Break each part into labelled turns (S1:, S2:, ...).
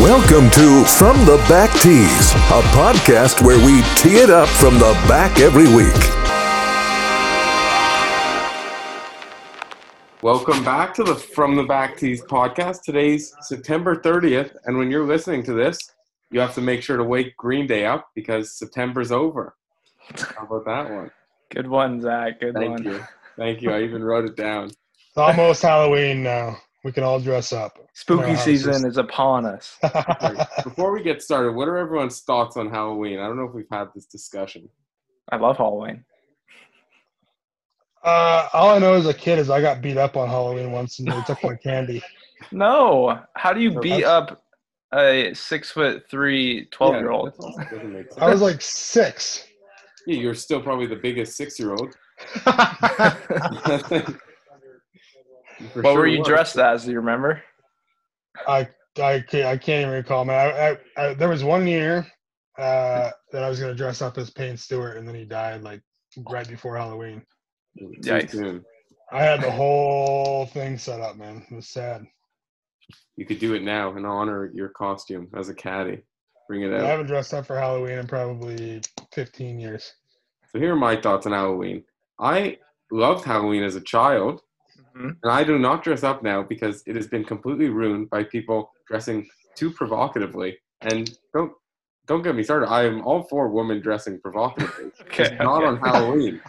S1: Welcome to From the Back Tees, a podcast where we tee it up from the back every week.
S2: Welcome back to the From the Back Tees podcast. Today's September 30th, and when you're listening to this, you have to make sure to wake Green Day up because September's over. How about that one?
S3: Good one, Zach. Good
S2: Thank
S3: one.
S2: you. Thank you. I even wrote it down.
S4: It's almost Halloween now. We can all dress up. Uh,
S3: Spooky
S4: Yeah,
S3: season
S4: just-
S3: is upon us.
S2: Before we get started, what are everyone's thoughts on Halloween? I don't know if we've had this discussion.
S3: I love Halloween.
S4: uh, all I know as a kid is I got beat up on Halloween once and they took my candy.
S3: No, how do you
S4: So
S3: beat
S4: that's-
S3: up a six foot three, 12 year old?
S2: Yeah, that doesn't make sense.
S4: I was like six.
S2: Yeah, you're still probably the biggest six year old.
S3: What were you dressed as? Do you remember?
S4: I, I, can't, I can't even recall, man. I, I, I, there was one year uh, that I was going to dress up as Payne Stewart and then he died like right before Halloween.
S3: Yikes.
S4: I had the whole thing set up, man. It was sad.
S2: You could do it now and honor your costume as a caddy. Bring it
S4: I
S2: out.
S4: haven't dressed up for Halloween in probably 15 years.
S2: So here are my thoughts on Halloween. I loved Halloween as a child,
S3: Mhm.
S2: and I do not dress up now because it has been completely ruined by people dressing too provocatively. And don't don't get me started. I am all for women dressing provocatively,
S3: Okay.
S2: just not
S3: okay.
S2: on Halloween.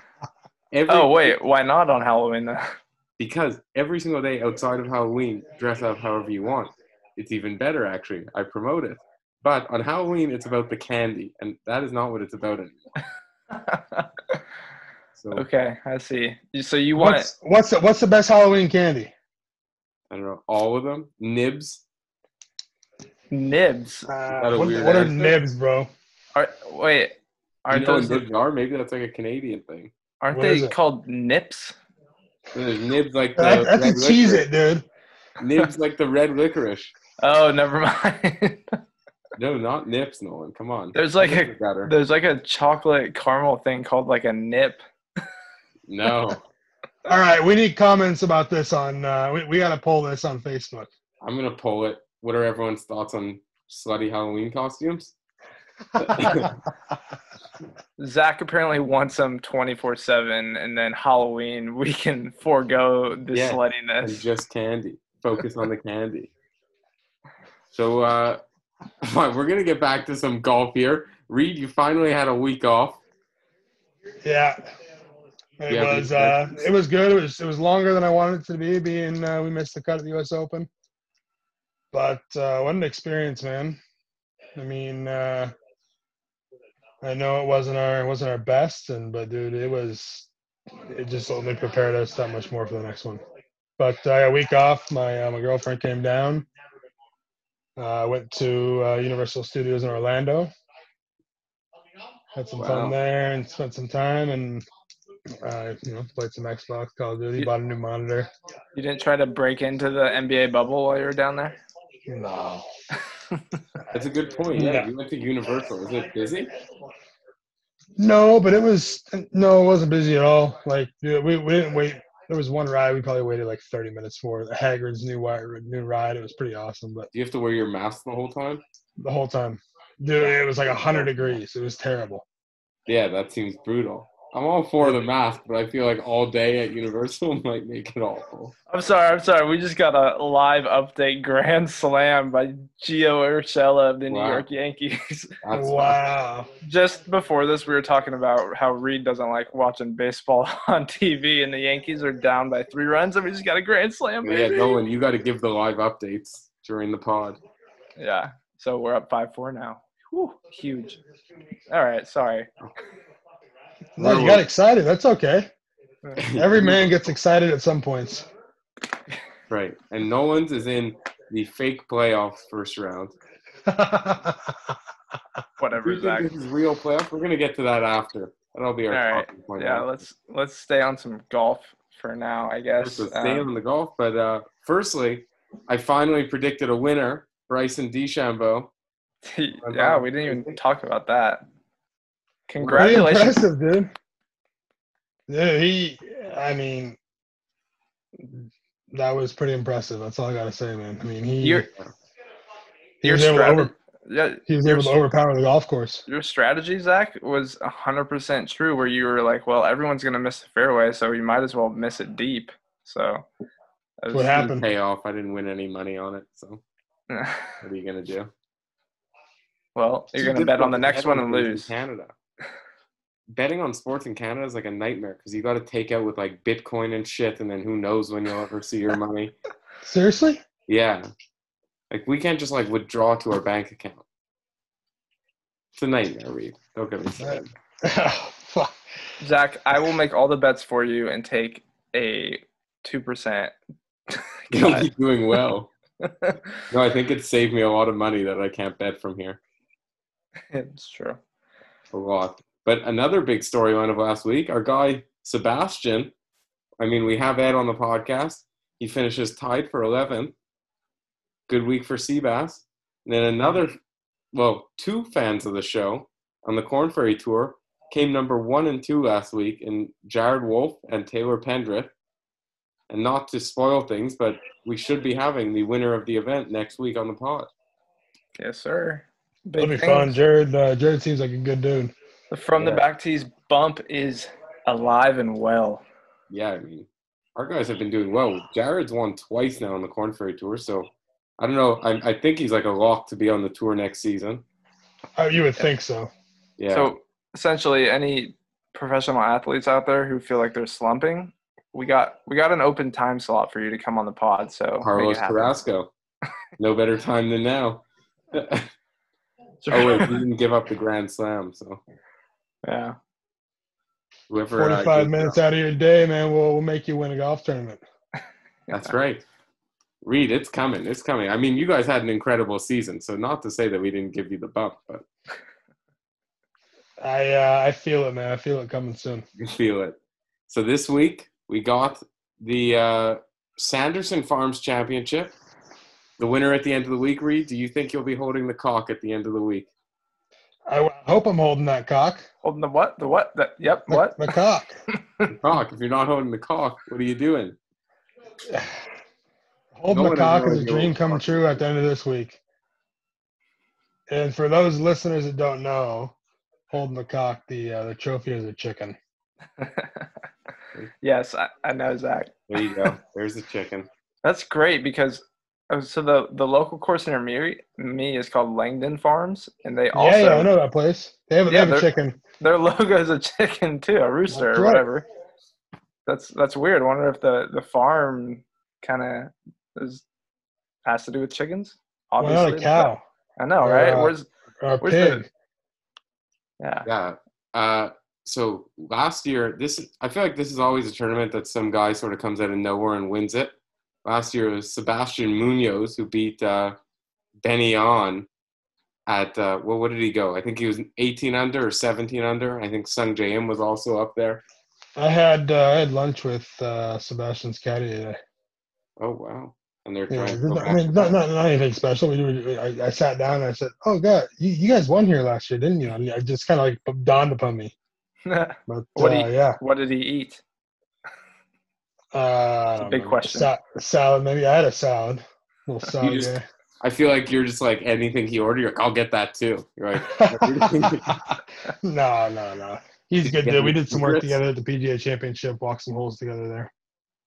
S2: Every,
S3: Oh, wait. Why not on Halloween then?
S2: because every single day outside of Halloween, dress up however you want. It's even better, actually. I promote it. But on Halloween, it's about the candy, and that is not what it's about anymore. Oh. So
S3: okay, I see. You- So you want
S4: What's, what's, the, what's the best Halloween candy?
S2: I don't know all of them nibs.
S3: nibs?
S2: that a
S4: what
S2: weird
S4: what are
S2: accent?
S4: nibs, bro?
S3: Are, wait,
S2: You
S3: aren't
S2: know what
S3: those
S2: nibs are? Maybe that's like a Canadian thing.
S3: aren't
S4: What is
S3: they
S4: it?
S3: called nips?
S2: And There's nibs like the
S4: That, that's a
S2: red
S4: cheese
S2: licorice.
S4: it, dude.
S2: Nibs like the red licorice.
S3: Oh, never mind.
S2: No, not nips, Nolan. Come on.
S3: There's like
S2: Nips
S3: a-
S2: is better.
S3: There's like a chocolate caramel thing called like a nip.
S2: No,
S4: All right, we need comments about this on. Uh, we we got to poll this on Facebook.
S2: I'm gonna pull it. What are everyone's thoughts on slutty Halloween costumes?
S3: Zach apparently wants them 24 7, and then Halloween, we can forego the
S2: Yeah, And
S3: sluttiness.
S2: just candy. Focus on the candy. So, uh, we're gonna get back to some golf here. Reed, you finally had a week off.
S4: yeah, it
S2: Yeah, but-
S4: was. Uh, it was good. It was. It was longer than I wanted it to be. Being uh, we missed the cut at the U.S. Open, but uh, what an experience, man. I mean, uh, I know it wasn't our it wasn't our best, and but dude, it was. It just only prepared us that much more for the next one. But I got a week off. My uh, my girlfriend came down. Uh, I went to uh, Universal Studios in Orlando. Had some
S2: Wow.
S4: fun there and spent some time and uh, you know played some Xbox, Call of Duty,
S3: You-
S4: bought a new monitor.
S3: You didn't try to break into the NBA bubble while you were down there?
S4: No,
S2: That's a good point. Yeah,
S4: Yeah.
S2: you went to Universal. Is it busy?
S4: no, but it was no, it wasn't busy at all. Like yeah, we we didn't wait. There was one ride we probably waited like 30 minutes for. Haggard's new wire, new ride. It was pretty awesome, but
S2: Do you have to wear your mask the whole time?
S4: the whole time, dude, it was like 100 degrees. It was terrible.
S2: Yeah, that seems brutal. I'm all for the mask, but I feel like all day at Universal might make it awful.
S3: I'm sorry, I'm sorry. We just got a live update grand slam by Gio Urshela of the New
S2: Wow.
S3: York Yankees.
S2: That's
S4: wow.
S3: just before this, we were talking about how Reed doesn't like watching baseball on TV, and the Yankees are down by three runs, and we just got a grand slam,
S2: yeah,
S3: baby.
S2: Nolan, you got to give the live updates during the pod.
S3: Yeah. So we're up five four now. Whew, huge. All right. Sorry.
S4: No, you got excited. That's okay. Every man gets excited at some points.
S2: right. And Nolan's is in the fake playoffs first round. Do
S3: Whatever.
S2: you think
S3: Zach.
S2: this is real playoff? We're gonna get to that after. That'll be our
S3: All right.
S2: talking point.
S3: Yeah.
S2: after.
S3: Let's let's stay on some golf for now. I guess.
S2: So staying
S3: Um,
S2: on the golf, but uh, firstly, I finally predicted a winner, Bryson DeChambeau.
S3: yeah. We didn't even talk about that.
S4: Pretty
S3: Congratulations.
S4: impressive, dude. Dude, he. I mean, that was pretty impressive. That's all I gotta say, man. I mean, he
S3: Your
S4: he
S3: your
S4: was able to
S3: strategy,
S4: over-
S3: yeah,
S4: he was
S3: your
S4: able to
S3: str-
S4: overpower the golf course.
S3: your strategy, Zach, was hundred percent true. Where you were like, well, everyone's gonna miss the fairway, so you might as well miss it deep. So that
S4: What
S2: Didn't
S4: happened?
S2: pay off. I didn't win any money on it. So what are you gonna do?
S3: well, you're
S2: It's
S3: gonna bet
S2: difficult
S3: on the
S2: to
S3: next
S2: bet
S3: one
S2: on
S3: and
S2: things in
S3: lose.
S2: Canada. Betting on sports in Canada is like a nightmare because you got to take out with like Bitcoin and shit, and then who knows when you'll ever see your money.
S4: Seriously?
S2: Yeah, like we can't just like withdraw to our bank account. It's a nightmare, Reed. Don't get me started.
S4: Fuck.
S3: Zach, I will make all the bets for you and take a two percent.
S2: You'll be doing well. No, I think it saved me a lot of money that I can't bet from here.
S3: it's true.
S2: a lot. But another big storyline of last week, our guy Sebastian. I mean, we have Ed on the podcast. He finishes tied for 11th. Good week for Seabass. And then another, well, two fans of the show on the Corn Ferry Tour came number one and two last week in Jared Wolf and Taylor Pendrith. And not to spoil things, but we should be having the winner of the event next week on the pod.
S3: Yes, sir.
S4: That'll be
S3: Big things.
S4: fun. Jared uh, Jared seems like a good dude.
S3: The From the
S2: Yeah.
S3: back tees bump is alive and well.
S2: yeah, I mean, our guys have been doing well. Jared's won twice now on the Corn Ferry Tour, so I don't know. I, I think he's like a lock to be on the tour next season.
S4: Oh, you would think so.
S2: Yeah,
S3: So essentially, any professional athletes out there who feel like they're slumping, we got we got an open time slot for you to come on the pod. So make it
S2: Carlos
S3: happen.
S2: Carrasco, no better time than now. oh wait, he didn't give up the Grand Slam, so
S3: yeah,
S2: whoever. uh,
S4: Forty five
S2: gives
S4: minutes
S2: up-
S4: out of your day, man, will will make you win a golf tournament.
S2: That's right. Reed, it's coming. It's coming. I mean, you guys had an incredible season, so not to say that we didn't give you the bump, but
S4: I uh, I feel it, man. I feel it coming soon.
S2: You feel it. So this week we got the uh, Sanderson Farms Championship. The winner at the end of the week, Reed. Do you think you'll be holding the cock at the end of the week?
S4: I w- hope I'm holding that cock.
S3: holding the what the what the yep
S4: The-
S3: what
S4: the cock?
S2: The cock. If you're not holding the cock, what are you doing? No
S4: Holding the
S2: one
S4: cock is
S2: enjoys
S4: a
S2: the
S4: dream
S2: old
S4: come
S2: cock.
S4: true at the end of this week. And for those listeners that don't know, holding the cock, the uh, the trophy is a chicken.
S3: yes I, I know Zach.
S2: There you go. There's the chicken.
S3: That's great because oh, so the the local course near me me is called Langdon Farms, and they also
S4: yeah, yeah, I know that place. They have, they
S3: Yeah,
S4: have a
S3: they're-
S4: chicken.
S3: their logo is a chicken too, a rooster
S4: That's
S3: or
S4: right.
S3: whatever. That's that's weird. I wonder if the the farm kind of is has to do with chickens.
S4: Why not a
S3: but-
S4: cow
S3: I know,
S4: Or,
S3: right?
S4: uh,
S3: Where's
S4: or a
S3: Where's
S4: pig?
S3: yeah?
S2: Yeah. Uh, so last year, this I feel like this is always a tournament that some guy sort of comes out of nowhere and wins it. Last year it was Sebastian Munoz who beat uh, Benny on at uh, well, what did he go? I think he was 18 under or 17 under. I think Sung J M was also up there.
S4: I had uh, I had lunch with uh, Sebastian's caddy today.
S2: Oh wow! And they're
S4: Yeah,
S2: trying. to go
S4: I
S2: back to
S4: mean, not,
S2: back.
S4: not, not anything special. We were, I, I sat down and I said, "Oh God, you, you guys won here last year, didn't you?" And it just kind of like dawned upon me. But
S3: What do
S4: uh,
S3: you-
S4: yeah,
S3: what did he eat?
S4: Uh,
S3: big question.
S4: Sa- salad, maybe. I had a salad. little salad
S2: just-
S4: there.
S2: I feel like you're just like anything he ordered. You're like, I'll get that too. You're like,
S4: no, no, no. He's
S2: Did
S4: good
S2: you get
S4: dude.
S2: any
S4: We did some work
S2: secrets?
S4: together at the PGA Championship, walked some holes together there.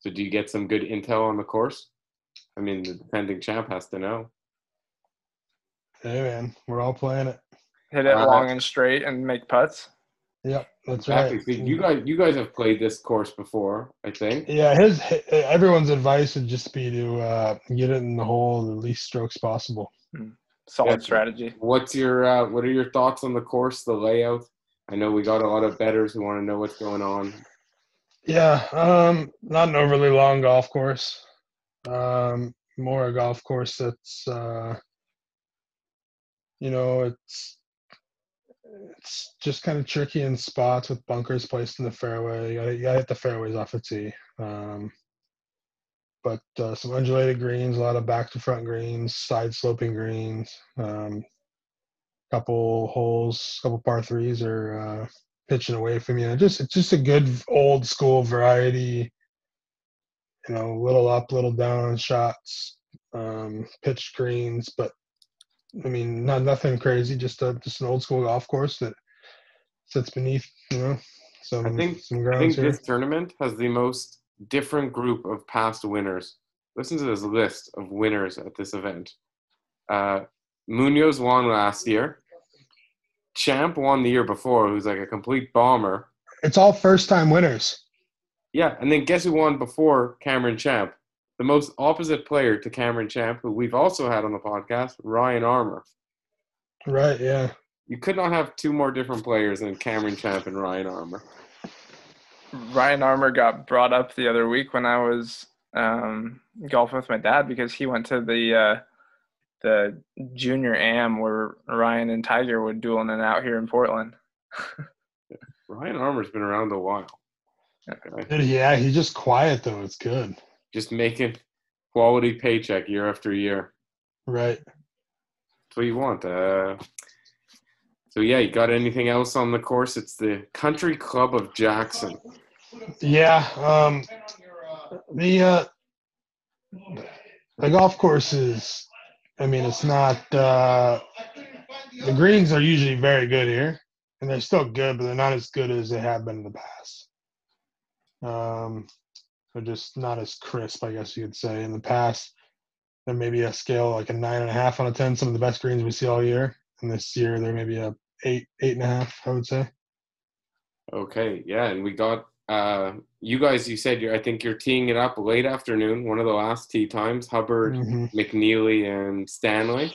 S2: so do you get some good intel on the course? I mean, the defending champ has to know.
S4: Hey, man, we're all playing it.
S3: Hit it
S2: Uh,
S3: long and straight and make putts.
S4: Yep, that's
S2: Exactly.
S4: right.
S2: So you guys, you guys have played this course before, I think.
S4: yeah, his hi- everyone's advice would just be to uh, get it in the hole the least strokes possible.
S3: Solid
S2: Yeah.
S3: strategy.
S2: What's your, uh, what are your thoughts on the course, the layout? I know we got a lot of betters who want to know what's going on.
S4: Yeah, um, not an overly long golf course. Um, more a golf course that's, uh, you know, it's it's just kind of tricky in spots with bunkers placed in the fairway. You gotta, you gotta hit the fairways off a tee. Um, but uh, some undulated greens, a lot of back to front greens, side sloping greens. Um, couple holes, couple par threes are. Uh, pitching away from you. Just it's just a good old school variety you know, little up, little down on shots, um, pitch greens, but I mean, not nothing crazy. Just a just an old school golf course that sits beneath, you know, some
S2: I think-
S4: some
S2: I think
S4: grounds here.
S2: this tournament has the most different group of past winners. Listen to this list of winners at this event. Uh, Munoz won last year. Champ won the year before, who's like a complete bomber.
S4: It's all first time winners.
S2: Yeah, and then guess who won before Cameron Champ? The most opposite player to Cameron Champ, who we've also had on the podcast, Ryan Armour.
S4: Right, yeah.
S2: You could not have two more different players than Cameron Champ and Ryan Armour.
S3: Ryan Armour got brought up the other week when I was um, golfing with my dad because he went to the uh, the junior am where Ryan and Tiger would duel in and out here in Portland.
S2: Ryan Armour's been around a while.
S4: Dude, yeah, he's just quiet though. It's good.
S2: just making quality paycheck year after year.
S4: Right.
S2: That's what you want. Uh, so yeah, you got anything else on the course? It's the Country Club of Jackson.
S4: Yeah. Um the uh the golf course is I mean it's not uh the greens are usually very good here. And they're still good, but they're not as good as they have been in the past. Um they're just not as crisp, I guess you could say, in the past. There may be a scale like a nine and a half on a ten, some of the best greens we see all year. And this year they're maybe a eight, eight and a half, I would say.
S2: Okay, yeah, and we got uh, you guys. You said you're, I think you're teeing it up late afternoon, one of the last tee times. Hubbard,
S4: hmm
S2: McNeely, and Stanley.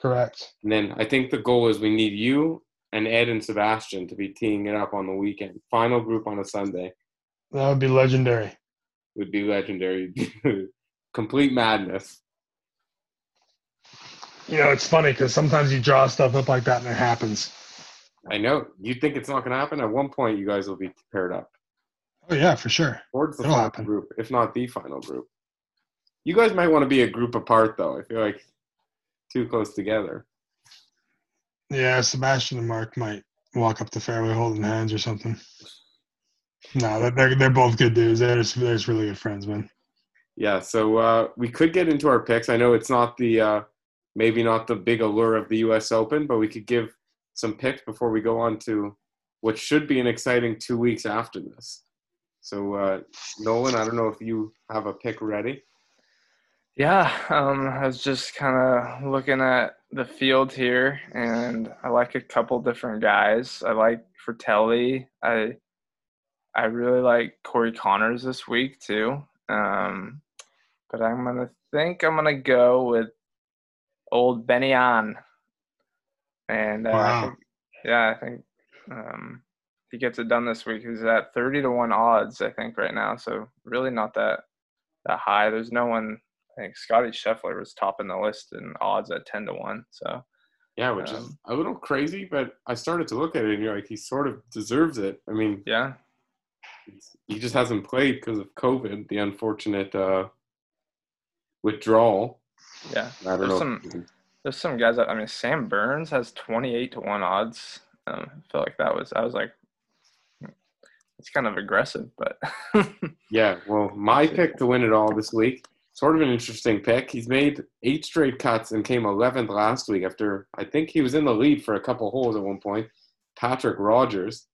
S4: Correct.
S2: And then I think the goal is we need you and Ed and Sebastian to be teeing it up on the weekend. Final group on a Sunday
S4: That would be legendary.
S2: would be legendary. Complete madness.
S4: You know, it's funny because sometimes you draw stuff up like that and it happens.
S2: I know. You think it's not going to happen? At one point, you guys will be paired up
S4: Oh yeah, for sure.
S2: towards the
S4: It'll
S2: final
S4: happen.
S2: group, if not the final group. You guys might want to be a group apart, though. I feel like too close together.
S4: Yeah, Sebastian and Mark might walk up the fairway holding hands or something. No, they're- they're they're both good dudes. They're just, they're just really good friends, man.
S2: Yeah. So uh, we could get into our picks. I know it's not the uh, maybe not the big allure of the U.S. Open, but we could give some picks before we go on to what should be an exciting two weeks after this. So uh, Nolan, I don't know if you have a pick ready.
S3: Yeah, um, I was just kind of looking at the field here, and I like a couple different guys. I like Fratelli. I I really like Corey Connors this week too. Um, but I'm gonna think I'm gonna go with old Benny on, and uh, I
S4: Wow.
S3: think- yeah, I think um, he gets it done this week. He's at thirty to one odds, I think, right now. So really not that that high. There's no one. I think Scotty Scheffler was topping the list in odds at ten to one. So
S2: Yeah, which is
S3: Um,
S2: a little crazy, but I started to look at it and you're like, he sort of deserves it. I mean,
S3: yeah,
S2: he just hasn't played because of COVID, the unfortunate uh, withdrawal.
S3: yeah.
S2: I don't
S3: There's
S2: know.
S3: some- There's some guys that I mean, Sam Burns has 28 to one odds. Um, I feel like that was I was like, hmm, it's kind of aggressive, but
S2: Yeah, well, my pick to win it all this week, sort of an interesting pick. He's made eight straight cuts and came 11th last week after I think he was in the lead for a couple holes at one point. Patrick Rogers.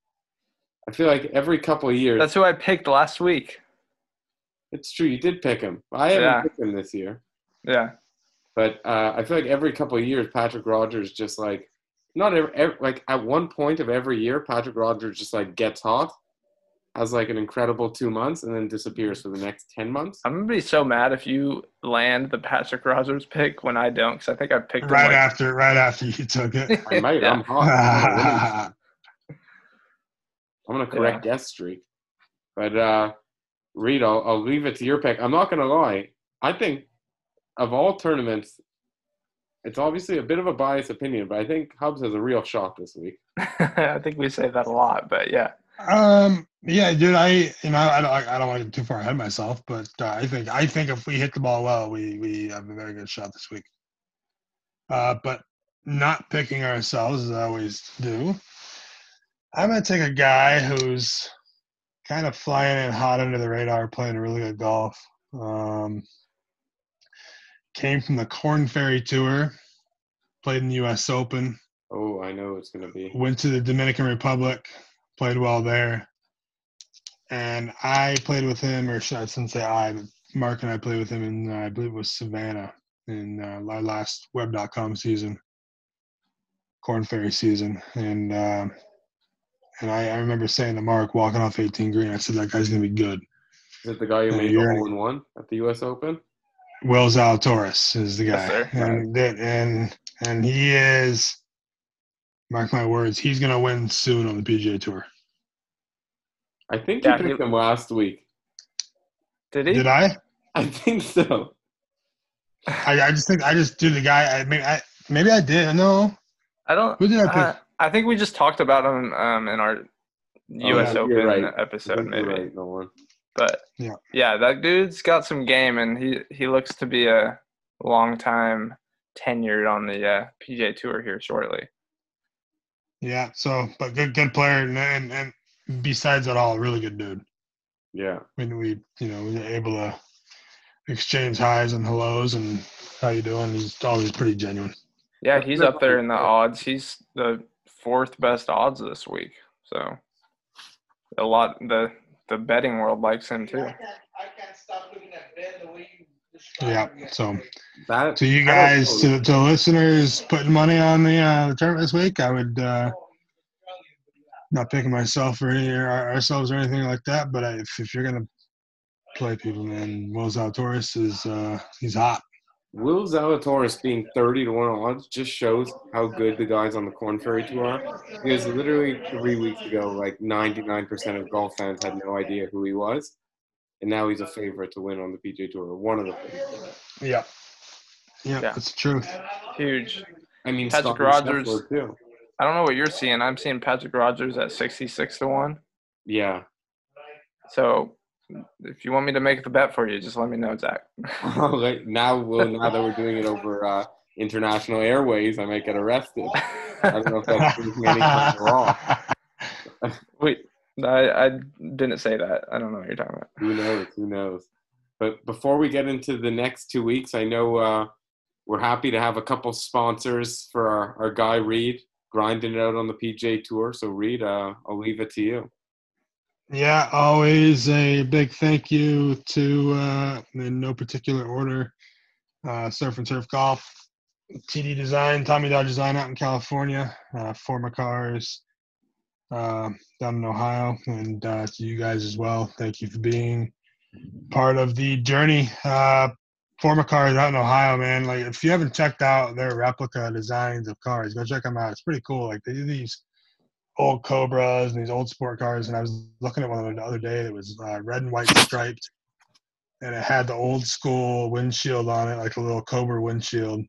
S2: I feel like every couple of years,
S3: that's who I picked last week.
S2: it's true, you did pick him. I haven't
S3: Yeah.
S2: picked him this year.
S3: Yeah,
S2: But uh, I feel like every couple of years, Patrick Rogers just like not ev ev like at one point of every year, Patrick Rogers just like gets hot, has like an incredible two months, and then disappears for the next ten months.
S3: I'm gonna be so mad if you land the Patrick Rogers pick when I don't, because I think I picked
S4: Right
S3: him.
S4: after right after you took it.
S3: Like,
S2: I might.
S3: Yeah.
S2: I'm hot. I'm on a winning- I'm
S4: yeah,
S2: on a correct guess streak. But uh, Reed, I'll, I'll leave it to your pick. I'm not gonna lie. I think of all tournaments, it's obviously a bit of a biased opinion, but I think Hubs has a real shot this week.
S3: I think we say that a lot, but yeah,
S4: um, yeah, dude. I you know I don't I don't want to get too far ahead of myself, but uh, I think I think if we hit the ball well, we we have a very good shot this week. Uh, but not picking ourselves as I always do. I'm gonna take a guy who's kind of flying in hot under the radar, playing really good golf. Um, came from the Corn Ferry Tour, played in the U.S. Open,
S2: Oh, I know it's going to be.
S4: went to the Dominican Republic, played well there, and I played with him, or should I shouldn't say I, but Mark and I played with him in uh, I believe it was Savannah in uh, our last Web.com season, Corn Ferry season, and uh, and I, I remember saying to Mark walking off 18 green, I said that guy's gonna be good.
S2: Is it the guy who
S4: Yeah,
S2: made the
S4: you're in.
S2: hole in one at the U.S. Open?
S4: Will Zalatoris is the guy,
S3: Yes, sir.
S4: and that and and he is. Mark my words, he's gonna win soon on the PGA Tour.
S2: I think
S3: Yeah,
S2: you picked
S3: he-
S2: him last week.
S3: Did he?
S4: Did I?
S2: I think so.
S4: I, I just think I just do the guy. I mean, I maybe I did. No,
S3: I don't.
S4: who did I pick?
S3: Uh, I think we just talked about him um, in our U.S.
S2: Oh, yeah, you're
S3: Open
S2: right. I
S3: episode,
S2: think
S3: maybe.
S2: you're right, Nolan.
S3: But
S4: Yeah.
S3: that dude's got some game, and he he looks to be a long time tenured on the uh, PJ Tour here shortly.
S4: yeah. So, but good, good player, and, and and besides that, all really good dude.
S2: Yeah.
S4: I mean, we you know we were able to exchange highs and hellos and how you doing. He's always pretty genuine.
S3: Yeah,
S2: That's
S3: he's
S2: good
S3: up there in the
S2: money.
S3: odds. He's the fourth best odds this week. So a lot the the betting world likes him too.
S4: Yeah. So,
S2: That,
S4: to you guys, to to listeners putting money on the uh, the tournament this week, I would. uh not picking myself or any or our- ourselves or anything like that, but I, if, if you're gonna play people, man, Will Zalatoris is uh, he's hot.
S2: Will Zalatoris being 30 to 1 odds just shows how good the guys on the Corn Ferry Tour are. Because literally three weeks ago, like 99% of golf fans had no idea who he was. And now he's a favorite to win on the PJ Tour, or one of the favorites.
S4: Yeah. Yeah,
S3: Yeah.
S4: that's the truth.
S3: Huge.
S2: I mean,
S3: Patrick
S2: Scottie
S3: Rogers.
S2: Scheffler, too.
S3: I don't know what you're seeing. I'm seeing Patrick Rogers at 66 to 1.
S2: Yeah.
S3: So if you want me to make the bet for you, just let me know, Zach.
S2: All right. Now, we'll, now that we're doing it over uh, international airways, I might get arrested. I don't know if that's proving anything wrong.
S3: Wait, I, I didn't say that. I don't know what you're talking about.
S2: Who knows? Who knows? But before we get into the next two weeks, I know uh, we're happy to have a couple sponsors for our, our guy Reed grinding it out on the PJ Tour. So Reed, uh, I'll leave it to you.
S4: yeah, always a big thank you to, uh, in no particular order, uh, Surf and Turf Golf, TD Design, Tommy Dow Design out in California, uh, former cars uh, down in Ohio, and uh, to you guys as well. Thank you for being part of the journey. Uh, former cars out in Ohio, man. Like if you haven't checked out their replica designs of cars, go check them out. It's pretty cool. Like they do these old Cobras and these old sport cars, and I was looking at one the other day that was uh, red and white striped, and it had the old school windshield on it, like a little Cobra windshield,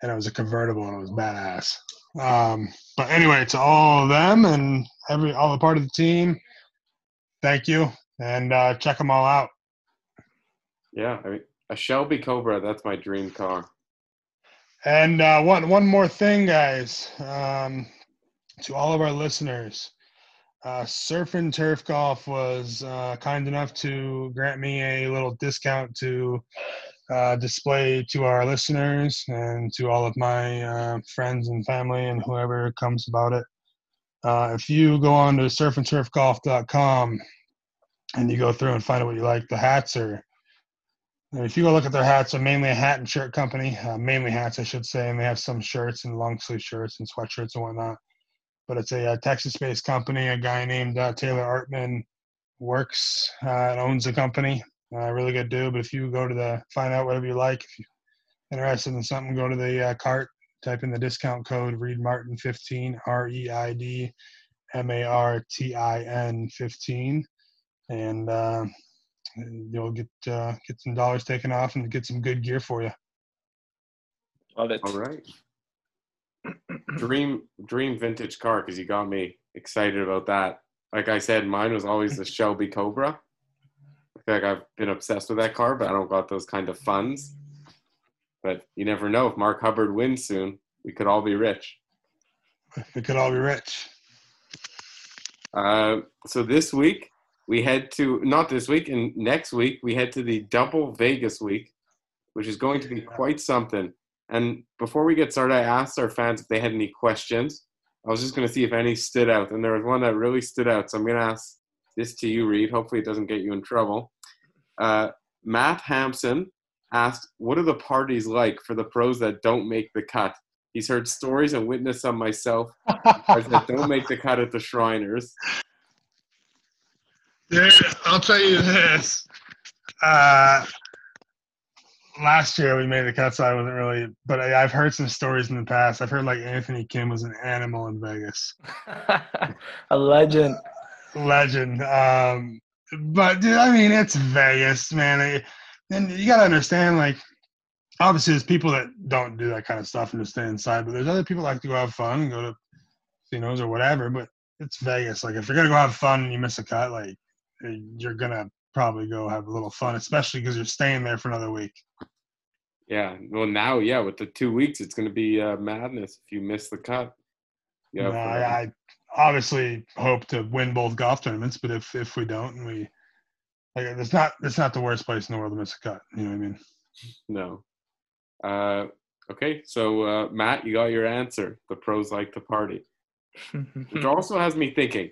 S4: and it was a convertible, and it was badass. Um, but anyway, to all of them and every all the part of the team, thank you, and uh, check them all out.
S2: Yeah, I mean, a Shelby Cobra. That's my dream car.
S4: And uh, one one more thing, guys, um, to all of our listeners, uh, Surf and Turf Golf was uh, kind enough to grant me a little discount to uh, display to our listeners and to all of my uh, friends and family and whoever comes about it. Uh, if you go on to surfandturfgolf.com and you go through and find out what you like, the hats are and if you go look at their hats, they're mainly a hat and shirt company, uh, mainly hats, I should say, and they have some shirts and long sleeve shirts and sweatshirts and whatnot. But it's a, uh Texas based company. A guy named uh, Taylor Artman works uh, and owns the company. Uh, really good dude. But if you go to the find out whatever you like, if you're interested in something, go to the uh, cart, type in the discount code Reed Martin 15, R E I D M A R T I N 15. And, uh, and you'll get uh, get some dollars taken off and get some good gear for you.
S3: Love it.
S2: All right. Dream dream vintage car because you got me excited about that. Like I said, mine was always the Shelby Cobra. I feel like I've been obsessed with that car, but I don't got those kind of funds. But you never know. If Mark Hubbard wins soon, we could all be rich.
S4: We could all be rich.
S2: Uh, so this week, we head to not this week and next week we head to the double Vegas week, which is going to be quite something. And before we get started, I asked our fans if they had any questions. I was just going to see if any stood out, and there was one that really stood out. So I'm going to ask this to you, Reed. Hopefully, it doesn't get you in trouble. Uh, Matt Hampson asked, "What are the parties like for the pros that don't make the cut?" He's heard stories and witnessed some myself guys that don't make the cut at the Shriners.
S4: Dude, I'll tell you this. Uh, last year we made the cut, so I wasn't really. But I, I've heard some stories in the past. I've heard like Anthony Kim was an animal in Vegas,
S3: a legend.
S4: legend. Um, but dude, I mean, it's Vegas, man. It- and you gotta understand, like, obviously there's people that don't do that kind of stuff and just stay inside, but there's other people that like to go have fun, and go to casinos or whatever. But it's Vegas. Like, if you're gonna go have fun and you miss a cut, like, eh, you're gonna probably go have a little fun, especially because you're staying there for another week.
S2: Yeah. Well, now, yeah, with the two weeks, it's going to be uh, madness if you miss the cut.
S4: No, I, I obviously hope to win both golf tournaments, but if if we don't, and we like, it's not it's not the worst place in the world to miss a cut. You know what I mean?
S2: No. Uh, okay, so uh, Matt, you got your answer. The pros like to party, which also has me thinking.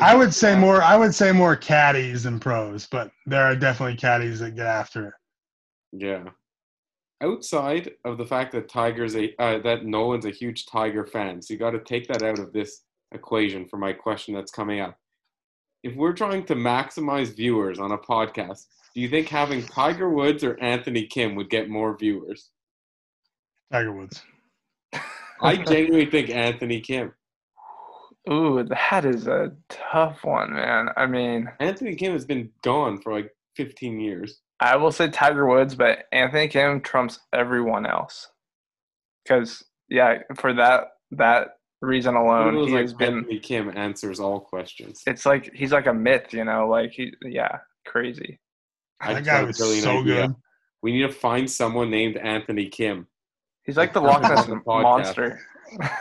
S4: I would say more. I would say more caddies than pros, but there are definitely caddies that get after it.
S2: Yeah. Outside of the fact that Tiger's a uh, that Nolan's a huge Tiger fan, so you got to take that out of this equation for my question that's coming up. If we're trying to maximize viewers on a podcast, do you think having Tiger Woods or Anthony Kim would get more viewers?
S4: Tiger Woods.
S2: I genuinely think Anthony Kim.
S3: Ooh, that is a tough one, man. I mean,
S2: Anthony Kim has been gone for like 15 years.
S3: I will say Tiger Woods, but Anthony Kim trumps everyone else. Because yeah, for that that reason
S4: Uh,
S3: alone,
S2: It was
S3: he
S2: like
S3: has been.
S2: Anthony Kim answers all questions.
S3: It's like he's like a myth, you know. Like he, yeah, crazy.
S2: I
S4: that
S2: just
S4: guy
S2: had a
S4: was
S2: brilliant
S4: so
S2: idea.
S4: good.
S2: We need to find someone named Anthony Kim.
S3: He's like the Loch Ness
S2: Podcast.
S3: monster.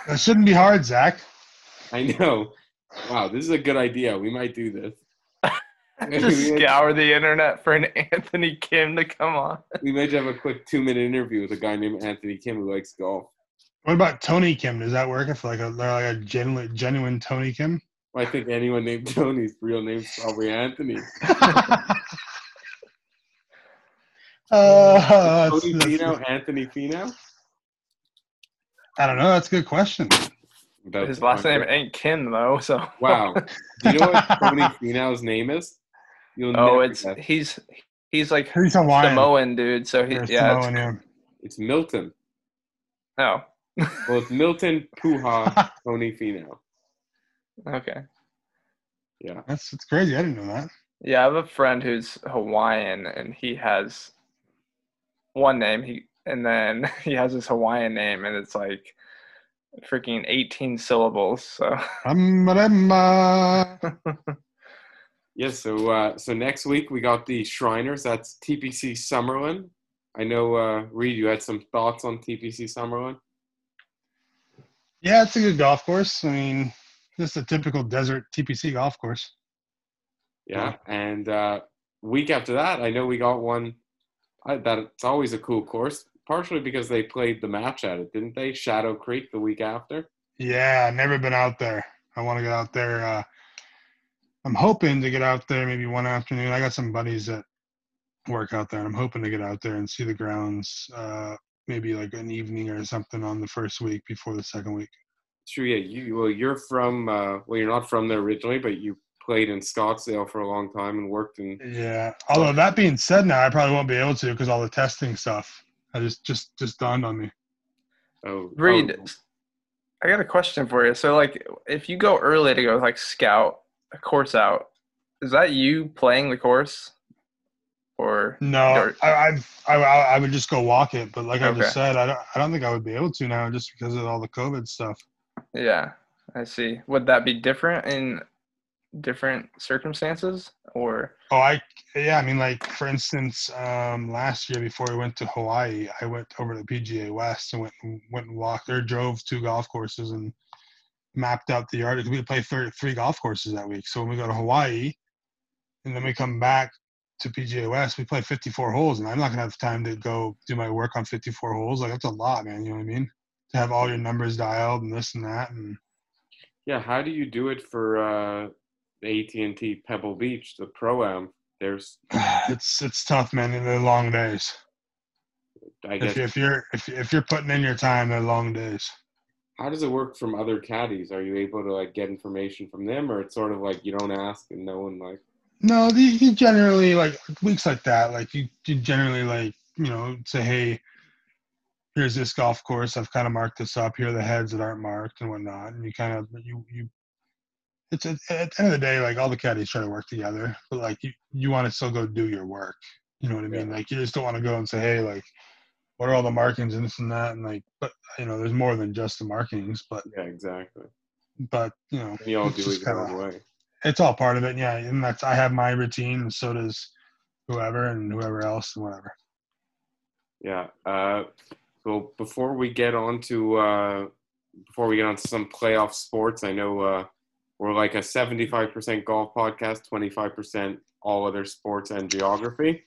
S4: That shouldn't be hard, Zach.
S2: I know. Wow, this is a good idea. We might do this. Maybe
S3: Just
S2: we, might,
S3: scour the internet for an Anthony Kim to come on.
S2: we might have a quick two minute interview with a guy named Anthony Kim who likes golf.
S4: What about Tony Kim? Does that work? If like a they're like a genuine genuine Tony Kim.
S2: I think anyone named Tony's real name's probably Anthony.
S4: uh, Uh, that's-
S2: Tony
S4: that's-
S2: Fino, Anthony Fino.
S4: I don't know. That's a good question.
S2: About
S3: His
S2: to
S3: last
S2: find
S3: name
S2: out.
S3: ain't Kim though, so
S2: Wow. Do you know what Tony Fino's name is? You'll
S3: oh,
S2: never
S3: it's
S2: guess.
S3: he's he's like
S4: He's Hawaiian.
S3: Samoan dude. So he,
S4: Yeah,
S3: yeah, it's,
S4: Samoan, yeah.
S2: It's Milton.
S3: no,
S2: Well, it's Milton Puha Tony Fino.
S3: Oh, okay.
S2: Yeah.
S4: That's, that's crazy. I didn't know that.
S3: Yeah, I have a friend who's Hawaiian, and he has one name. He and then he has his Hawaiian name, and it's like freaking eighteen syllables. So
S4: Um, but I'm, uh,
S2: Yes. so uh, so next week we got the Shriners. That's TPC Summerlin. I know, uh, Reed, you had some thoughts on TPC Summerlin.
S4: yeah, it's a good golf course. I mean, just a typical desert TPC golf course.
S2: Yeah. And uh, week after that, I know we got one. I, that it's always a cool course, partially because they played the match at it, didn't they? Shadow Creek the week after.
S4: Yeah, I've never been out there. I want to get out there. Uh, I'm hoping to get out there maybe one afternoon. I got some buddies that work out there, and I'm hoping to get out there and see the grounds. Uh, maybe like an evening or something on the first week before the second week.
S2: True. Yeah. You well, you're from. Uh, well, you're not from there originally, but you played in Scottsdale for a long time and worked in.
S4: Yeah. Although that being said, now I probably won't be able to because all the testing stuff. I just just just dawned on me.
S2: Oh,
S3: Reed,
S2: oh,
S3: I got a question for you. So like, if you go early to go like scout a course out, is that you playing the course, or
S4: No,
S3: Dirt.
S4: I, I've I, I I would just go walk it, but like I
S3: Okay.
S4: just said, I don't I don't think I would be able to now just because of all the COVID stuff.
S3: Yeah, I see. Would that be different in different circumstances or
S4: Oh, I yeah, I mean, like for instance, um, last year before we went to Hawaii, I went over to PGA West and went and- went and walked or drove two golf courses and mapped out the yardage. We played thir- three golf courses that week. So when we go to Hawaii, and then we come back to PGA West. We play 54 holes, and I'm not gonna have time to go do my work on 54 holes. Like that's a lot, man. You know what I mean? To have all your numbers dialed and this and that, and
S2: Yeah, how do you do it for uh, the AT&T Pebble Beach, the pro am? There's,
S4: it's it's tough, man. And they're long days.
S2: I
S4: If,
S2: guess,
S4: you- if you're if, you- if you're putting in your time, they're long days.
S2: how does it work from other caddies? Are you able to like get information from them, or it's sort of like you don't ask and no one like?
S4: No, the- you generally like weeks like that. Like you, you generally like you know say, hey, here's this golf course. I've kind of marked this up. Here are the heads that aren't marked and whatnot. And you kind of you you. It's at, at the end of the day, like all the caddies try to work together, but like you, you want to still go do your work. You know what I mean?
S2: Yeah.
S4: Like you just don't want to go and say, hey, like what are all the markings and this and that, and like, but you know, there's more than just the markings. But
S2: Yeah, exactly.
S4: but you know,
S2: We all
S4: It's
S2: do
S4: just
S2: it our own
S4: kinda-
S2: way.
S4: it's all part of it. Yeah, and that's I have my routine, and so does whoever and whoever else and whatever.
S2: Yeah. Uh, so before we get on to uh, before we get on to some playoff sports, I know uh, we're like a seventy-five percent golf podcast, twenty-five percent all other sports and geography.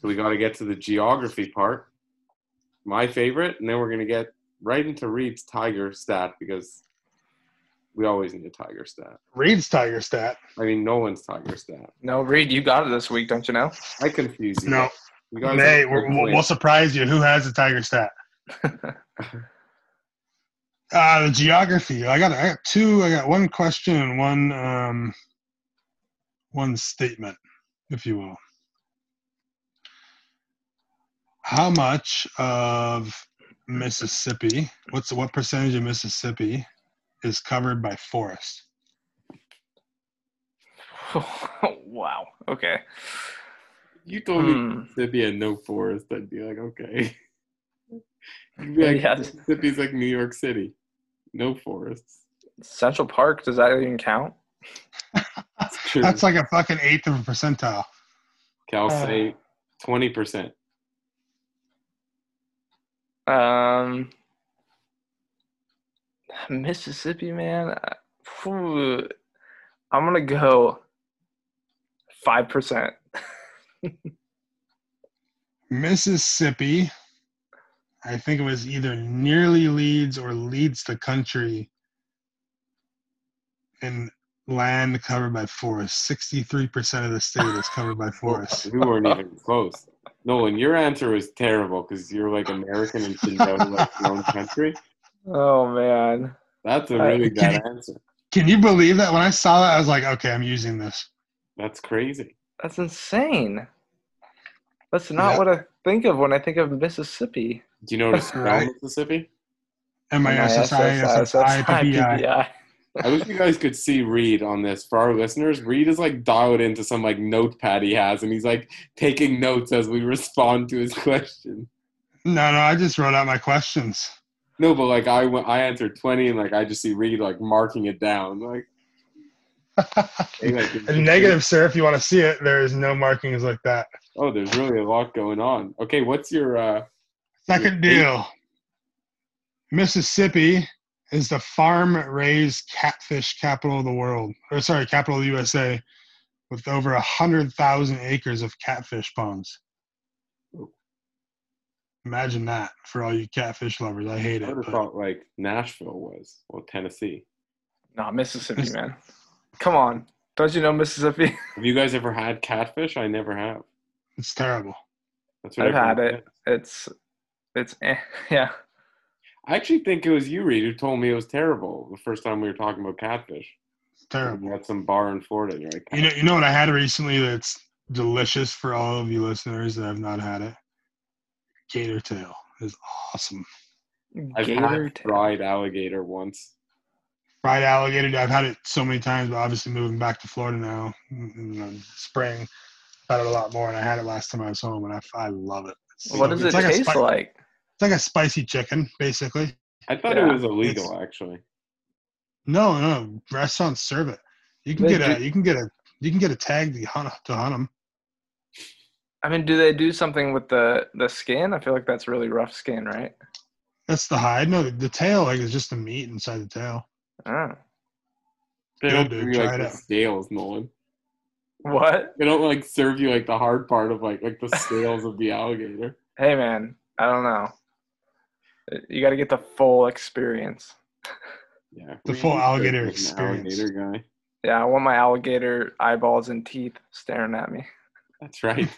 S2: So we got to get to the geography part. My favorite, and then we're gonna get right into Reed's Tiger stat because we always need a Tiger stat.
S4: Reed's tiger stat.
S2: I mean, Nolan's Tiger stat.
S3: No, Reed, you got it this week, don't you know?
S2: I confuse you.
S4: No,
S2: you guys
S4: Nate,
S2: are-
S4: we're, we'll, we'll surprise you. Who has the tiger stat? Uh, the geography. I got I got two. I got one question and one um, one statement, if you will. How much of Mississippi? What's what percentage of Mississippi is covered by forest?
S3: wow. Okay.
S2: You told me
S3: Hmm.
S2: Mississippi had no forest, I'd be like, okay. You'd be like,
S3: Yeah.
S2: Mississippi's like New York City, no forests.
S3: Central Park, does that even count?
S2: It's true.
S4: That's like a fucking eighth of a percentile.
S2: Cal
S3: uh,
S2: State, twenty percent.
S3: Um, Mississippi, man. I- phew, I'm gonna go five percent.
S4: Mississippi, I think it was either nearly leads or leads the country in land covered by forest. 63% of the state is covered by forest.
S2: We weren't even close. Nolan, your answer was terrible because you're like American and should know like your own country.
S3: Oh man.
S2: That's a
S3: Uh,
S2: really
S4: can
S2: bad answer.
S4: Can you believe that? When I saw that, I was like, okay, I'm using this.
S2: That's crazy.
S3: That's insane. That's not
S4: Yeah.
S3: what I think of when I think of Mississippi.
S2: Do you know how to spell
S4: Right.
S2: Mississippi?
S4: M I S S I S S I P I.
S3: MISSIPPI.
S2: I wish you guys could see Reed on this for our listeners. Reed is like dialed into some like notepad he has, and he's like taking notes as we respond to his question.
S4: No, no, I just wrote out my questions.
S2: No, but like I went, I answered twenty, and like I just see Reed like marking it down, like, hey, like
S4: A negative, sir, if you want to see it, there is no markings like that.
S2: Oh, there's really a lot going on. Okay, what's your? uh
S4: Second deal. Mississippi is the farm raised catfish capital of the world, or sorry, capital of the USA, with over 100,000 acres of catfish ponds. Imagine that for all you catfish lovers. I hate
S2: I
S4: it.
S2: would have
S4: but-
S2: thought like Nashville was or Tennessee.
S3: No, Mississippi, man. Come on. Don't you know Mississippi?
S2: Have you guys ever had catfish? I never have.
S4: It's terrible.
S2: That's what
S3: I've had
S2: everyone
S3: it.
S2: says.
S3: It's it's eh, yeah.
S2: I actually think it was you, Reed, who told me it was terrible the first time we were talking about catfish.
S4: It's terrible.
S2: At some bar in Florida, you're like,
S4: You know, you know what I had recently that's delicious for all of you listeners that have not had it? Gator tail is awesome.
S2: I've
S3: Gator
S2: had
S3: tail.
S2: fried alligator once.
S4: fried alligator. I've had it so many times, but obviously moving back to Florida now in in the spring, I've had it a lot more. And I had it last time I was home, and I, I love it. It's
S3: What
S4: so-
S3: does it
S4: it's like a
S3: taste
S4: spi-
S3: like?
S4: It's like a spicy chicken, basically.
S2: I thought it
S3: Yeah.
S2: was illegal, actually.
S4: No, no, restaurants serve it. You can
S3: They
S4: get a, you can get a, you can get a tag to hunt to hunt them.
S3: I mean, do they do something with the the skin? I feel like that's really rough skin, right?
S4: That's the hide. No, the tail like is just the meat inside the tail.
S3: Oh.
S2: They
S4: Yeah,
S2: don't do
S4: dude, try
S2: like
S4: it
S2: the
S4: out.
S2: scales, Nolan.
S3: What?
S2: They don't like serve you like the hard part of like like the scales of the alligator.
S3: Hey, man. I don't know. You got to get the full experience.
S2: Yeah,
S4: The
S2: we-
S4: full
S2: we should
S4: alligator
S2: get an
S4: experience.
S2: Alligator guy.
S3: Yeah, I want my alligator eyeballs and teeth staring at me.
S2: That's right.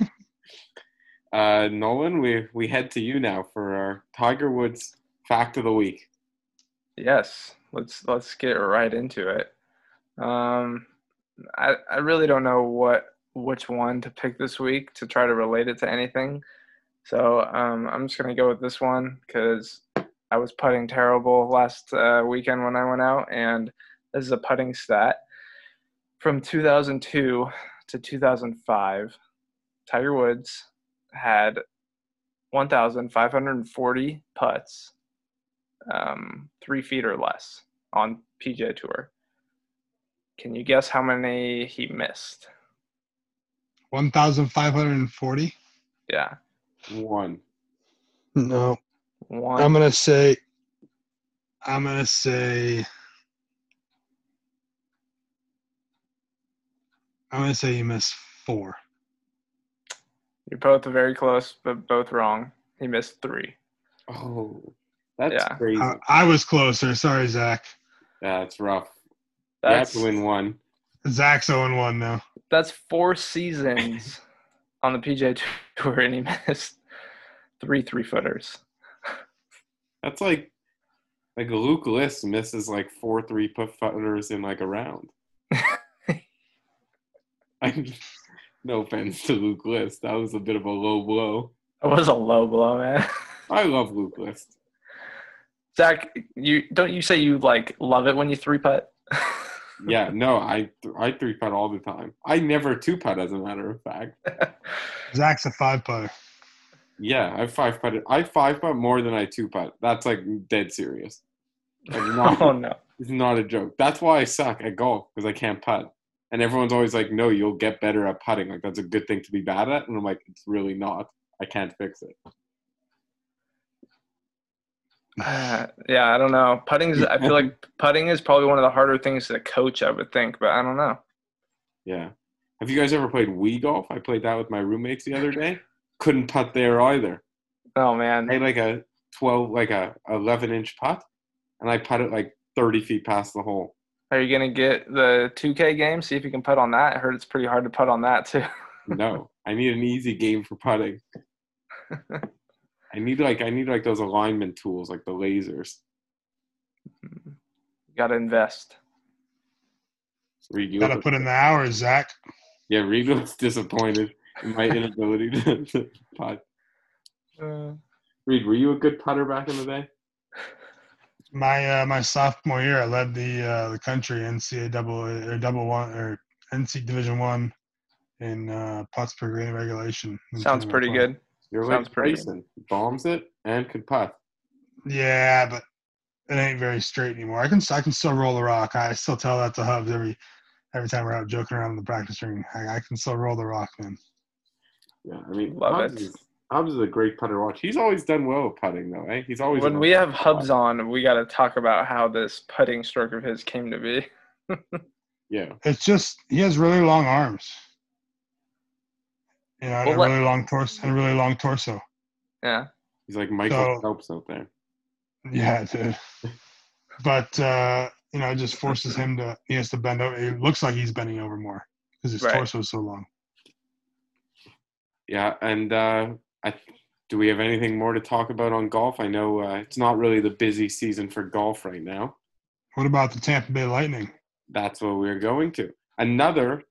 S2: uh, Nolan, we we head to you now for our Tiger Woods fact of the week.
S3: Yes, let's let's get right into it. Um, I I really don't know what which one to pick this week to try to relate it to anything, so um, I'm just gonna go with this one because I was putting terrible last uh, weekend when I went out, and this is a putting stat from 2002 to 2005. Tiger Woods had 1,540 putts um, three feet or less on PJ Tour. Can you guess how many he missed?
S4: 1,540?
S3: Yeah,
S2: One.
S4: No.
S3: one.
S4: I'm going to say, I'm going to say, I'm going to say you missed four.
S3: You're both very close, but both wrong. He missed three.
S2: Oh, that's
S3: Yeah.
S2: crazy.
S4: I, I was closer. Sorry, Zach.
S2: that's rough.
S3: That's
S2: You have to win one.
S4: Zach's 0 1 now.
S3: that's four seasons on the PJ Tour, and he missed three three footers.
S2: That's like like Luke List misses like four three put footers in like a round. I no offense to Luke List. That was a bit of a low blow.
S3: It was a low blow, man.
S2: I love Luke List.
S3: Zach, you don't you say you like love it when you three putt?
S2: Yeah, no, I I three putt all the time. I never two putt as a matter of fact.
S4: Zach's a five putter.
S2: Yeah, I five putted. I five putt more than I two putt. That's like dead serious. Like not,
S3: oh no.
S2: It's not a joke. That's why I suck at golf because I can't putt. And everyone's always like, "No, you'll get better at putting. Like that's a good thing to be bad at." And I'm like, "It's really not. I can't fix it."
S3: Uh, yeah, I don't know. Putting is, I feel like putting is probably one of the harder things to coach, I would think, but I don't know.
S2: Yeah. Have you guys ever played Wii golf? I played that with my roommates the other day. Couldn't putt there either.
S3: Oh,
S2: I
S3: man.
S2: had like a twelve, like a eleven inch putt, and I putted like thirty feet past the hole.
S3: Are you going to get the 2K game? See if you can put on that. I heard it's pretty hard to put on that, too.
S2: No, I need an easy game for putting. I need like I need like those alignment tools, like the lasers.
S3: Got to invest.
S2: Reed, you
S4: Gotta
S2: look-
S4: put in the hours, Zach.
S2: yeah, Reed looks disappointed in my inability to, to putt. Reed, were you a good putter back in the day?
S4: My uh, my sophomore year, I led the uh, the country NCAA or double one or NC Division one in uh, putts per green regulation. in
S3: Sounds
S4: tournament
S3: pretty
S4: play.
S3: good.
S2: You're
S3: Sounds
S2: like
S3: pretty good.
S2: Tyson, bombs it and could putt.
S4: Yeah, but it ain't very straight anymore. I can I can still roll the rock. I still tell that to Hubs every every time we're out joking around in the practice ring. I, I can still roll the rock, man.
S2: Yeah, I mean,
S3: Love
S2: Hobbs
S3: it.
S2: Is, Hobbs is a great putter. to Watch, he's always done well at putting though. Eh? He's always
S3: When we have hubs on, we got to talk about how this putting stroke of his came to be.
S2: yeah,
S4: It's just he has really long arms. You know, and
S3: Well,
S4: a
S3: let-
S4: really long torso and a really long torso.
S3: Yeah.
S2: he's like Michael
S4: So-
S2: Phelps out there.
S4: Yeah, it did. But uh, you know, it just forces him to he has to bend over. It looks like he's bending over more because his
S3: Right.
S4: torso is so long.
S2: Yeah, and uh, I do we have anything more to talk about on golf? I know uh, it's not really the busy season for golf right now.
S4: What about the Tampa Bay Lightning?
S2: That's what we're going to. Another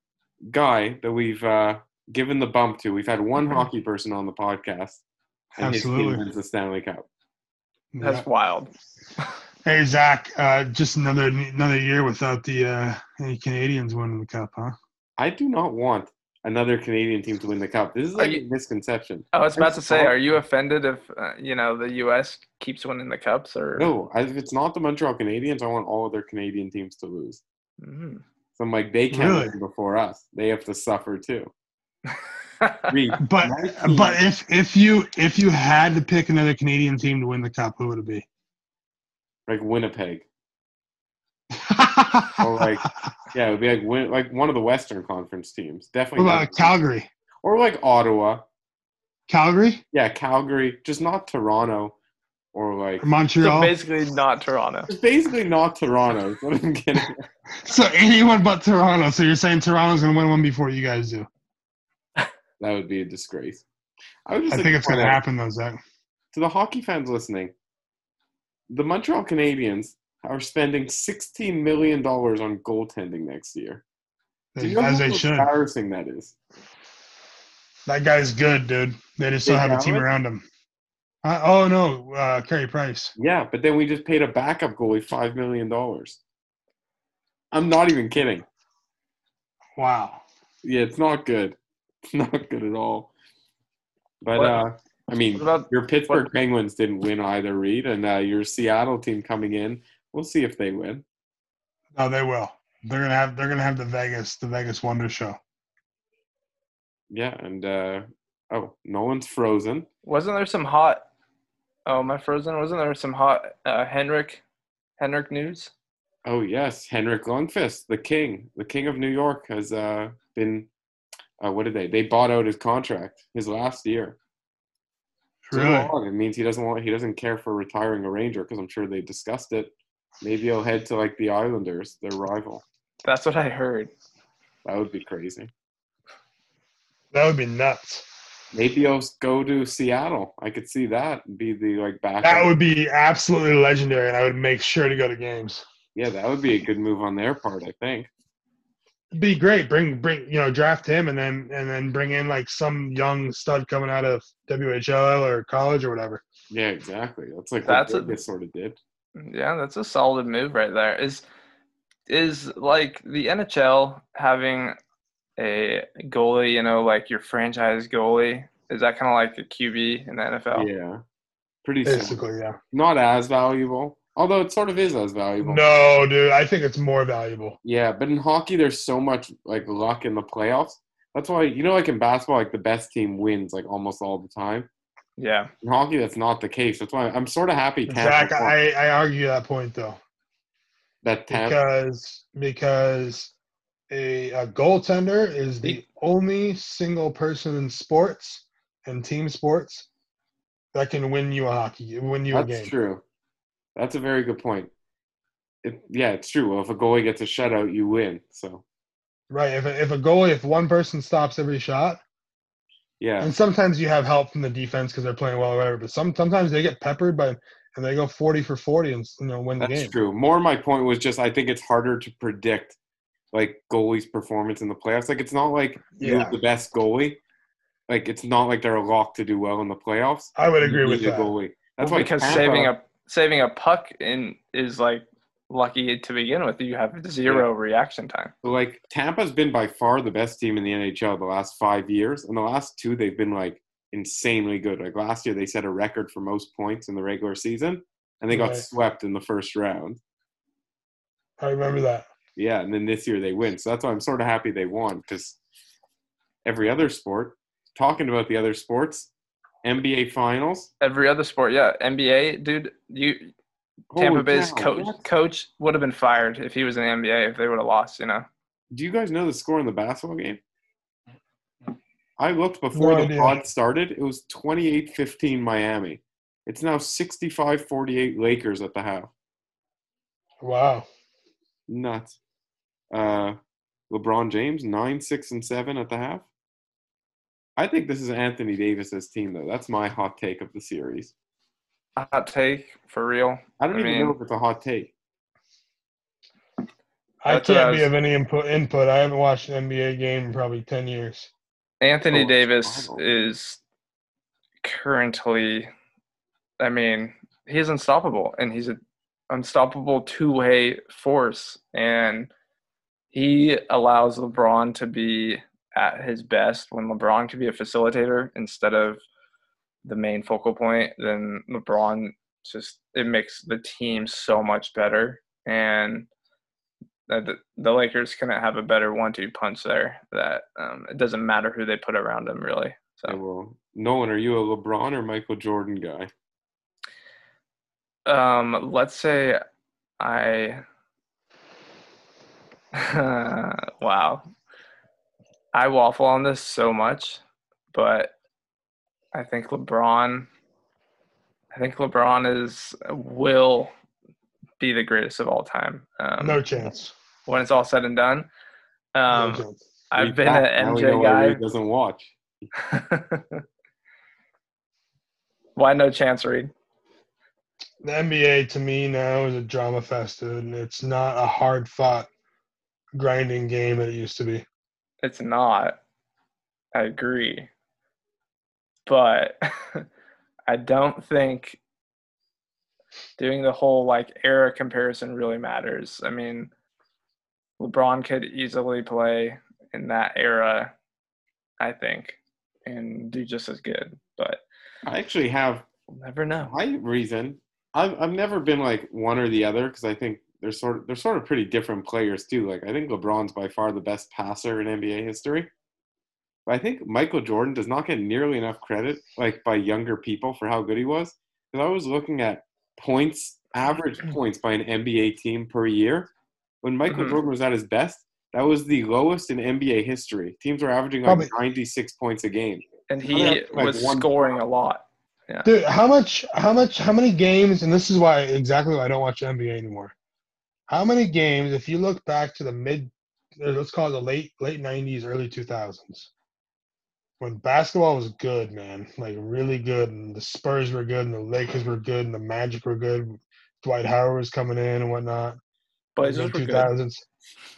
S2: guy that we've uh, given the bump to. We've had one hockey person on the podcast, and his team
S4: Mm-hmm. Absolutely.
S2: wins the Stanley Cup.
S4: Yeah.
S3: That's wild.
S4: Hey Zach, uh, just another another year without the uh, any Canadians winning the cup, huh?
S2: I do not want another Canadian team to win the cup. This is
S3: Are
S2: like
S3: you-
S2: a misconception.
S3: I was about
S2: I'm
S3: to say,
S2: sorry.
S3: are you offended if, uh, you know, the U.S. keeps winning the cups or?
S2: No, I- if it's not the Montreal Canadiens, I want all other Canadian teams to lose.
S3: Mhm.
S2: So I'm like, they can't
S4: Really?
S2: win before us. They have to suffer too. Reed,
S4: But uh,
S2: my team-
S4: but if if you if you had to pick another Canadian team to win the cup, who would it be?
S2: like Winnipeg. Or like- Yeah, it would be like win, like one of the Western Conference teams,
S4: what
S2: definitely.
S4: about
S2: not-
S4: Calgary?
S2: or like Ottawa.
S4: Calgary
S2: Yeah, Calgary, just not Toronto, or like
S4: or
S3: So
S4: Montreal?
S3: basically, not Toronto.
S2: it's basically not Toronto. is what I'm getting at.
S4: So anyone but Toronto. So you're saying Toronto's gonna win one before you guys do?
S2: That would be a disgrace. I would just
S4: I
S2: like
S4: think
S2: to
S4: it's gonna
S2: point out
S4: happen though, Zach.
S2: to the hockey fans listening. The Montreal Canadiens are spending 16 million dollars on goaltending next year. Do you know
S4: As
S2: how
S4: they should.
S2: embarrassing that is?
S4: That guy's good, dude. They just don't
S2: Jake
S4: have a team
S2: Allen?
S4: around him. Uh, oh no, uh, Carey Price.
S2: Yeah, but then we just paid a backup goalie five million dollars. I'm not even kidding.
S4: Wow.
S2: Yeah, it's not good. It's not good at all. But
S3: What-
S2: uh, I mean,
S3: What about
S2: your Pittsburgh Penguins didn't win either, Reed, and uh, your Seattle team coming in. We'll see if they win.
S4: No, they will. They're gonna have. They're gonna have the Vegas, the Vegas Wonder Show.
S2: Yeah, and uh, oh, Nolan's frozen.
S3: Wasn't there some hot? Oh, my frozen. Wasn't there some hot uh, Henrik, Henrik news?
S2: Oh yes, Henrik Lundqvist, the king, the king of New York, has uh, been. Uh, what did they? They bought out his contract, his last year. Too
S4: Really?
S2: long. It means he doesn't want. He doesn't care for retiring a Ranger because I'm sure they discussed it. Maybe he'll head to like the Islanders, their rival.
S3: That's what I heard.
S2: That would be crazy.
S4: That would be nuts.
S2: Maybe he'll go to Seattle. I could see that and be the like backup.
S4: That would be absolutely legendary, and I would make sure to go to games.
S2: yeah, that would be a good move on their part. I think.
S4: It'd be great. Bring bring you know draft him, and then and then bring in like some young stud coming out of WHL or college or whatever.
S2: Yeah, exactly. That's like
S3: That's a-
S2: what Vegas sort of did.
S3: Yeah, that's a solid move right there. Is is like the NHL having a goalie, you know, like your franchise goalie? Is that kind of like the QB in the NFL?
S2: Yeah, pretty. similar.
S4: Basically, yeah.
S2: not as valuable. Although it sort of is as valuable.
S4: No, dude, I think it's more valuable.
S2: Yeah, but in hockey, there's so much like luck in the playoffs. That's why you know, like in basketball, like the best team wins like almost all the time.
S3: Yeah.
S2: In hockey, that's not the case. That's why I'm sort of happy Tampa
S4: Zach,
S2: won-
S4: I, I argue that point though.
S2: that Tampa.
S4: uh, because because a, a goaltender is the only single person in sports and team sports that can win you a hockey win you a
S2: That's
S4: game.
S2: true. That's a very good point. It, yeah, it's true. Well, if a goalie gets a shutout, you win. So
S4: Right. If a, if a goalie, if one person stops every shot,
S2: yeah,
S4: and sometimes you have help from the defense because they're playing well or whatever, but some sometimes they get peppered by and they go forty for forty and you know win the
S2: that's
S4: game.
S2: true. More, my point was just I think it's harder to predict like goalies' performance in the playoffs. Like it's not like you
S4: Yeah.
S2: have the best goalie. Like it's not like they're locked to do well in the playoffs.
S4: I would
S2: You
S4: agree with
S2: need a
S4: that.
S2: goalie. That's
S3: Well,
S2: why
S3: because
S2: Tampa-
S3: saving a saving a puck in is like lucky to begin with. You have zero reaction time.
S2: So, like Tampa's been by far the best team in the NHL the last five years, and the last two they've been like insanely good. Like last year, they set a record for most points in the regular season, and they got
S4: Right.
S2: swept in the first round.
S4: I remember that.
S2: Yeah, and then this year they win. So that's why I'm sort of happy they won because every other sport. Talking about the other sports, NBA Finals.
S3: Every other sport, yeah. NBA, dude, you Tampa
S2: Holy
S3: Bay's
S2: cow,
S3: coach
S2: what?
S3: coach would have been fired if he was in the NBA if they would have lost, you know.
S2: Do you guys know the score in the basketball game? I looked before
S4: No
S2: the
S4: idea.
S2: pod started. It was 28-15 Miami. It's now 65-48 Lakers at the half.
S4: Wow.
S2: Nuts. Uh, LeBron James, 9, 6, and 7 at the half. I think this is Anthony Davis's team, though. That's my hot take of the series.
S3: Hot take for real.
S2: I don't
S3: I
S2: even
S3: mean-
S2: know if it's a hot take.
S4: I
S3: That's what I
S4: can't be
S3: was-
S4: of any input. Input. I haven't watched an NBA game in probably ten years.
S3: Anthony
S2: Oh,
S3: Davis
S2: Arnold.
S3: is currently, I mean, he's unstoppable and he's an unstoppable two way force. And he allows LeBron to be at his best when LeBron can be a facilitator instead of the main focal point. Then LeBron just, it makes the team so much better. And that the, the Lakers couldn't have a better one-two punch there. That um, it doesn't matter who they put around them, really.
S2: I
S3: So
S2: will. Nolan, are you a LeBron or Michael Jordan guy?
S3: um, let's say I wow. I waffle on this so much, but I think LeBron I think LeBron is will be the greatest of all time. Um,
S4: No chance.
S3: When it's all said and done.
S4: No
S3: Um,
S4: chance.
S3: I've been
S2: Back-
S3: an
S2: now we know
S3: MJ
S2: why
S3: guy
S2: Reed doesn't watch.
S3: Why no chance, Reed?
S4: the NBA to me now is a drama fest, dude, and it's not a hard fought grinding game that it used to be.
S3: It's not. I agree. But I don't think doing the whole like era comparison really matters. I mean, LeBron could easily play in that era, I think, and do just as good. But
S2: I actually have
S3: we'll never know.
S2: my reason. I've I've never been like one or the other because I think they're sort of they're sort of pretty different players too. Like I think LeBron's by far the best passer in NBA history. But I think Michael Jordan does not get nearly enough credit, like by younger people, for how good he was. Because I was looking at points, average
S4: Mm-hmm.
S2: points by an NBA team per year. When Michael
S3: Mhm.
S2: Jordan was at his best, that was the lowest in NBA history. Teams were averaging like
S4: Probably-
S2: 96 points a game.
S3: And
S2: I
S3: he
S2: have, like,
S3: was
S2: one-
S3: scoring a lot.
S4: Dude, how much how much how many games and this is why exactly why I don't watch the NBA anymore. How many games if you look back to the mid or let's call it the late late nineties, early two thousands, when basketball was good, man, like really good and the Spurs were good and the Lakers were good and the Magic were good, Dwight Howard was coming in and whatnot.
S3: Blazers were
S4: two
S3: good.
S4: thousands.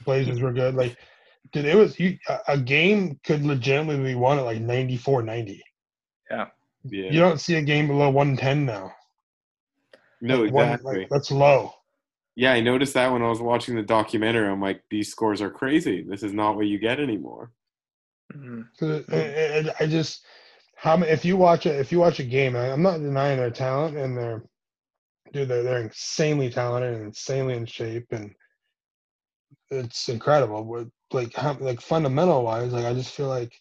S4: Blazers were good. Like, dude, it was you. a- A game could legitimately be won at like 94, 90.
S2: Yeah.
S4: You don't see a game below one ten now.
S2: no,
S4: One- like,
S2: exactly.
S4: that's low.
S2: Yeah, I noticed that when I was watching the documentary. I'm like, these scores are crazy. This is not what you get anymore.
S3: Mhm.
S4: 'Cause it- it- it- I just how ma- if you watch a if you watch a game, I, I'm not denying their talent and their dude, they're they're insanely talented and insanely in shape and it's incredible. But like how, like fundamental wise, like I just feel like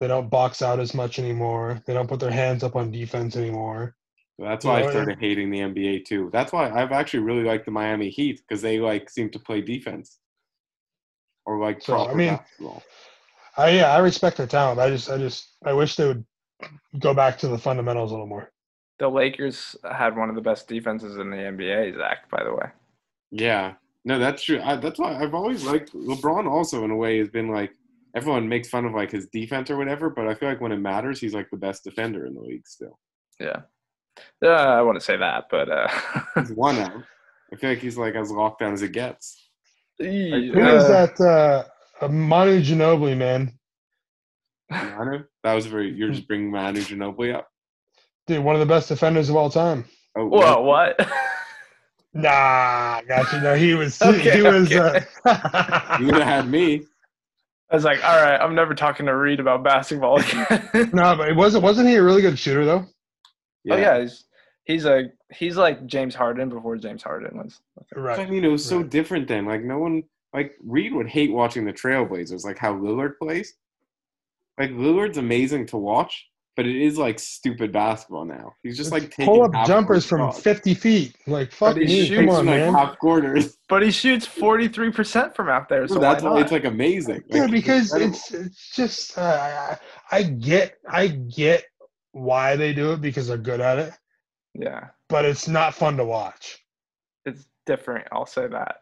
S4: they don't box out as much anymore. They don't put their hands up on defense anymore.
S2: That's why
S4: Oh, Yeah,
S2: I
S4: yeah.
S2: started hating the NBA too. That's why I've actually really liked the Miami Heat because they like seem to play defense or like
S4: So, I
S2: proper
S4: mean-
S2: basketball.
S4: I yeah, I respect their talent. I just I just I wish they would go back to the fundamentals a little more.
S3: The Lakers had one of the best defenses in the NBA, Zach, by the way.
S2: Yeah, no, that's true. I, that's why I've always liked LeBron. Also, in a way, has been like everyone makes fun of like his defense or whatever, but I feel like when it matters, he's like the best defender in the league still.
S3: Yeah. Uh, I wouldn't say that, but uh,
S2: He's one out. I feel like he's like as locked down as it gets.
S3: ee,
S4: Who is
S3: uh,
S4: that? Uh, Manu Ginobili, man,
S2: Manu, that was very. You're just bringing Manu Ginobili up.
S4: dude, one of the best defenders of all time.
S2: Oh,
S3: Whoa, what?
S4: Nah, gotcha. No, he was
S3: Okay,
S4: he was.
S3: okay.
S4: Uh,
S2: You would have had me.
S3: I was like, all right, I'm never talking to Reed about basketball again.
S4: no, but it wasn't wasn't he a really good shooter though?
S3: Oh yeah, he's he's a he's like James Harden before James Harden was.
S2: I
S4: Right.
S2: mean, it was so
S4: Right.
S2: different then. Like no one, like Reed would hate watching the Trailblazers, like how Lillard plays. Like Lillard's amazing to watch, but it is like stupid basketball now. He's just like taking
S4: Pull up
S2: half
S4: jumpers
S2: court
S4: from
S2: shots.
S4: fifty feet. Like fuck
S3: But he
S4: me,
S3: shoots
S4: come
S2: Takes,
S4: on,
S2: like
S4: man.
S2: half quarters.
S3: But he shoots 43% from out there, so
S2: That's
S3: why
S2: why
S3: not?
S2: it's like amazing. Like,
S4: Yeah,
S2: it's
S4: because
S2: incredible.
S4: it's it's just uh, I, I I get I get why they do it because they're good at it,
S3: yeah,
S4: but it's not fun to watch.
S3: it's different. I'll say that.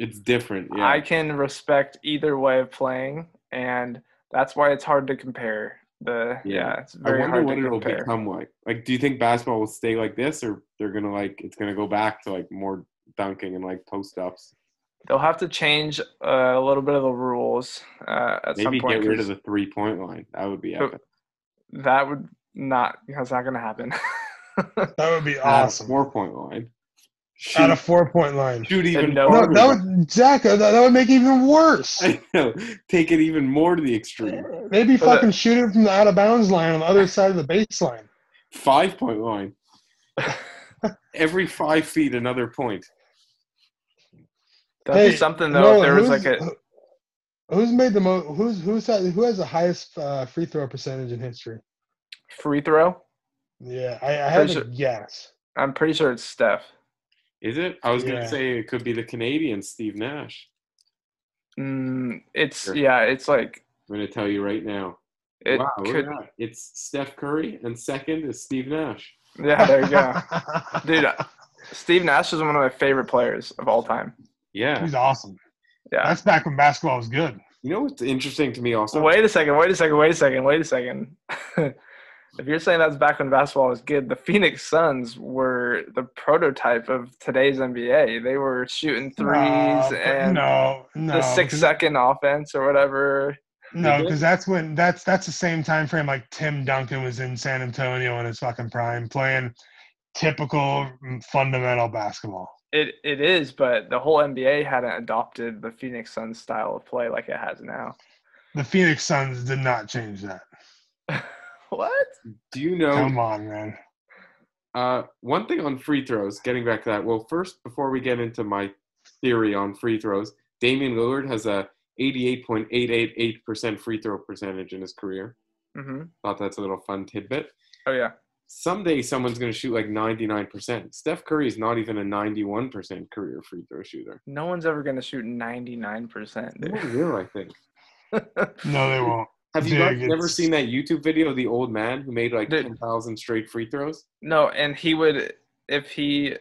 S2: it's different. Yeah,
S3: I can respect either way of playing, and that's why it's hard to compare. The yeah,
S2: Yeah.
S3: it's
S2: I
S3: very
S2: wonder
S3: hard to
S2: what it'll
S3: compare.
S2: become like. Like, do you think basketball will stay like this, or they're gonna like it's gonna go back to like more dunking and like post ups?
S3: They'll have to change uh, a little bit of the rules uh, at
S2: Maybe
S3: some point.
S2: get rid of
S3: 'cause
S2: the three point line. That would be
S3: Who-
S2: epic.
S3: That would not. That's not going to happen.
S4: That would be
S2: Add a
S4: awesome.
S2: Four point line. Shoot,
S4: At a four point line.
S2: shoot even
S3: no-
S4: No,
S2: farther.
S4: that would Zach. That, that would make it even worse.
S2: I know. Take it even more to the extreme.
S4: Maybe
S3: But, uh,
S4: fucking shoot it from the out of bounds line on the other side of the baseline.
S2: Five point line. Every five feet, another point.
S3: That'd be
S4: Hey,
S3: something though. if
S4: Nolan,
S3: there was
S4: who's-
S3: like a
S4: who- Who's made the most? Who's who's had, who has the highest uh, free throw percentage in history?
S3: free throw,
S4: Yeah, I, I had
S3: Pretty
S4: to guess.
S3: I'm pretty sure it's Steph.
S2: Is it? I was
S4: Yeah.
S2: gonna say it could be the Canadian Steve Nash.
S3: Mm, it's
S2: Sure.
S3: yeah, it's like
S2: I'm going to tell you right now.
S3: it
S2: wow, look at
S3: could.
S2: that. it's Steph Curry, and second is Steve Nash.
S3: Yeah, there you go,
S4: go.
S3: dude. uh, Steve Nash is one of my favorite players of all time.
S2: Yeah.
S4: He's awesome.
S3: Yeah.
S4: That's back when basketball was good.
S2: You know what's interesting to me also?
S3: Wait a second. Wait a second. Wait a second. Wait a second. if you're saying that's back when basketball was good, the Phoenix Suns were the prototype of today's NBA. They were shooting threes
S4: No, Uh, but
S3: and
S4: no, no,
S3: the six second offense or whatever.
S4: No,
S2: They did?
S4: because that's when that's that's the same time frame like Tim Duncan was in San Antonio in his fucking prime, playing typical mm, fundamental basketball.
S3: It it is, but the whole NBA hadn't adopted the Phoenix Suns style of play like it has now.
S4: The Phoenix Suns did not change that.
S3: What?
S2: Do you know
S4: Come on, man.
S2: Uh, one thing on free throws, getting back to that. Well, first, before we get into my theory on free throws, Damian Lillard has a 88.888% free throw percentage in his career.
S3: hmm
S2: Thought that's a little fun tidbit.
S3: Oh yeah.
S2: Someday someone's going to shoot like 99%. Steph Curry is not even a 91% career free throw shooter.
S3: No one's ever gonna shoot ninety nine percent.
S2: No one will, I think.
S4: No, they won't.
S2: Have you
S4: Dude,
S2: guys never
S4: it's-
S2: seen that YouTube video of the old man who made like
S3: Dude.
S2: 10,000 straight free throws?
S3: No, and he would if he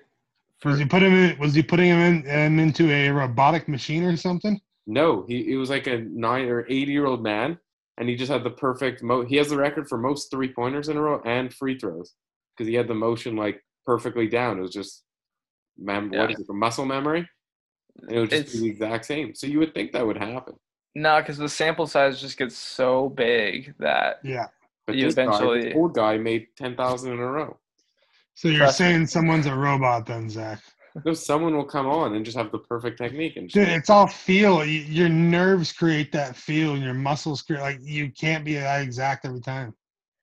S4: Was he putting him in, was he putting him in him into a robotic machine or something?
S2: No, he it was like a nine or eighty year old man, and he just had the perfect. Mo- he has the record for most three pointers in a row and free throws because he had the motion like perfectly down. It was just mem- what
S3: Yeah.
S2: is it, muscle memory, and it would just
S3: It's-
S2: be the exact same. So you would think that would happen,
S3: no, because the sample size just gets so big that
S4: Yeah.
S2: but
S3: You
S2: this guy,
S3: eventually-
S2: this old guy, made ten thousand in a row.
S4: So you're
S3: Trust me.
S4: saying someone's a robot then, Zach?
S2: No, someone will come on and just have the perfect technique and
S4: Dude,
S2: just,
S4: it's all feel. Y- Your nerves create that feel, and your muscles create. Like you can't be that exact every time.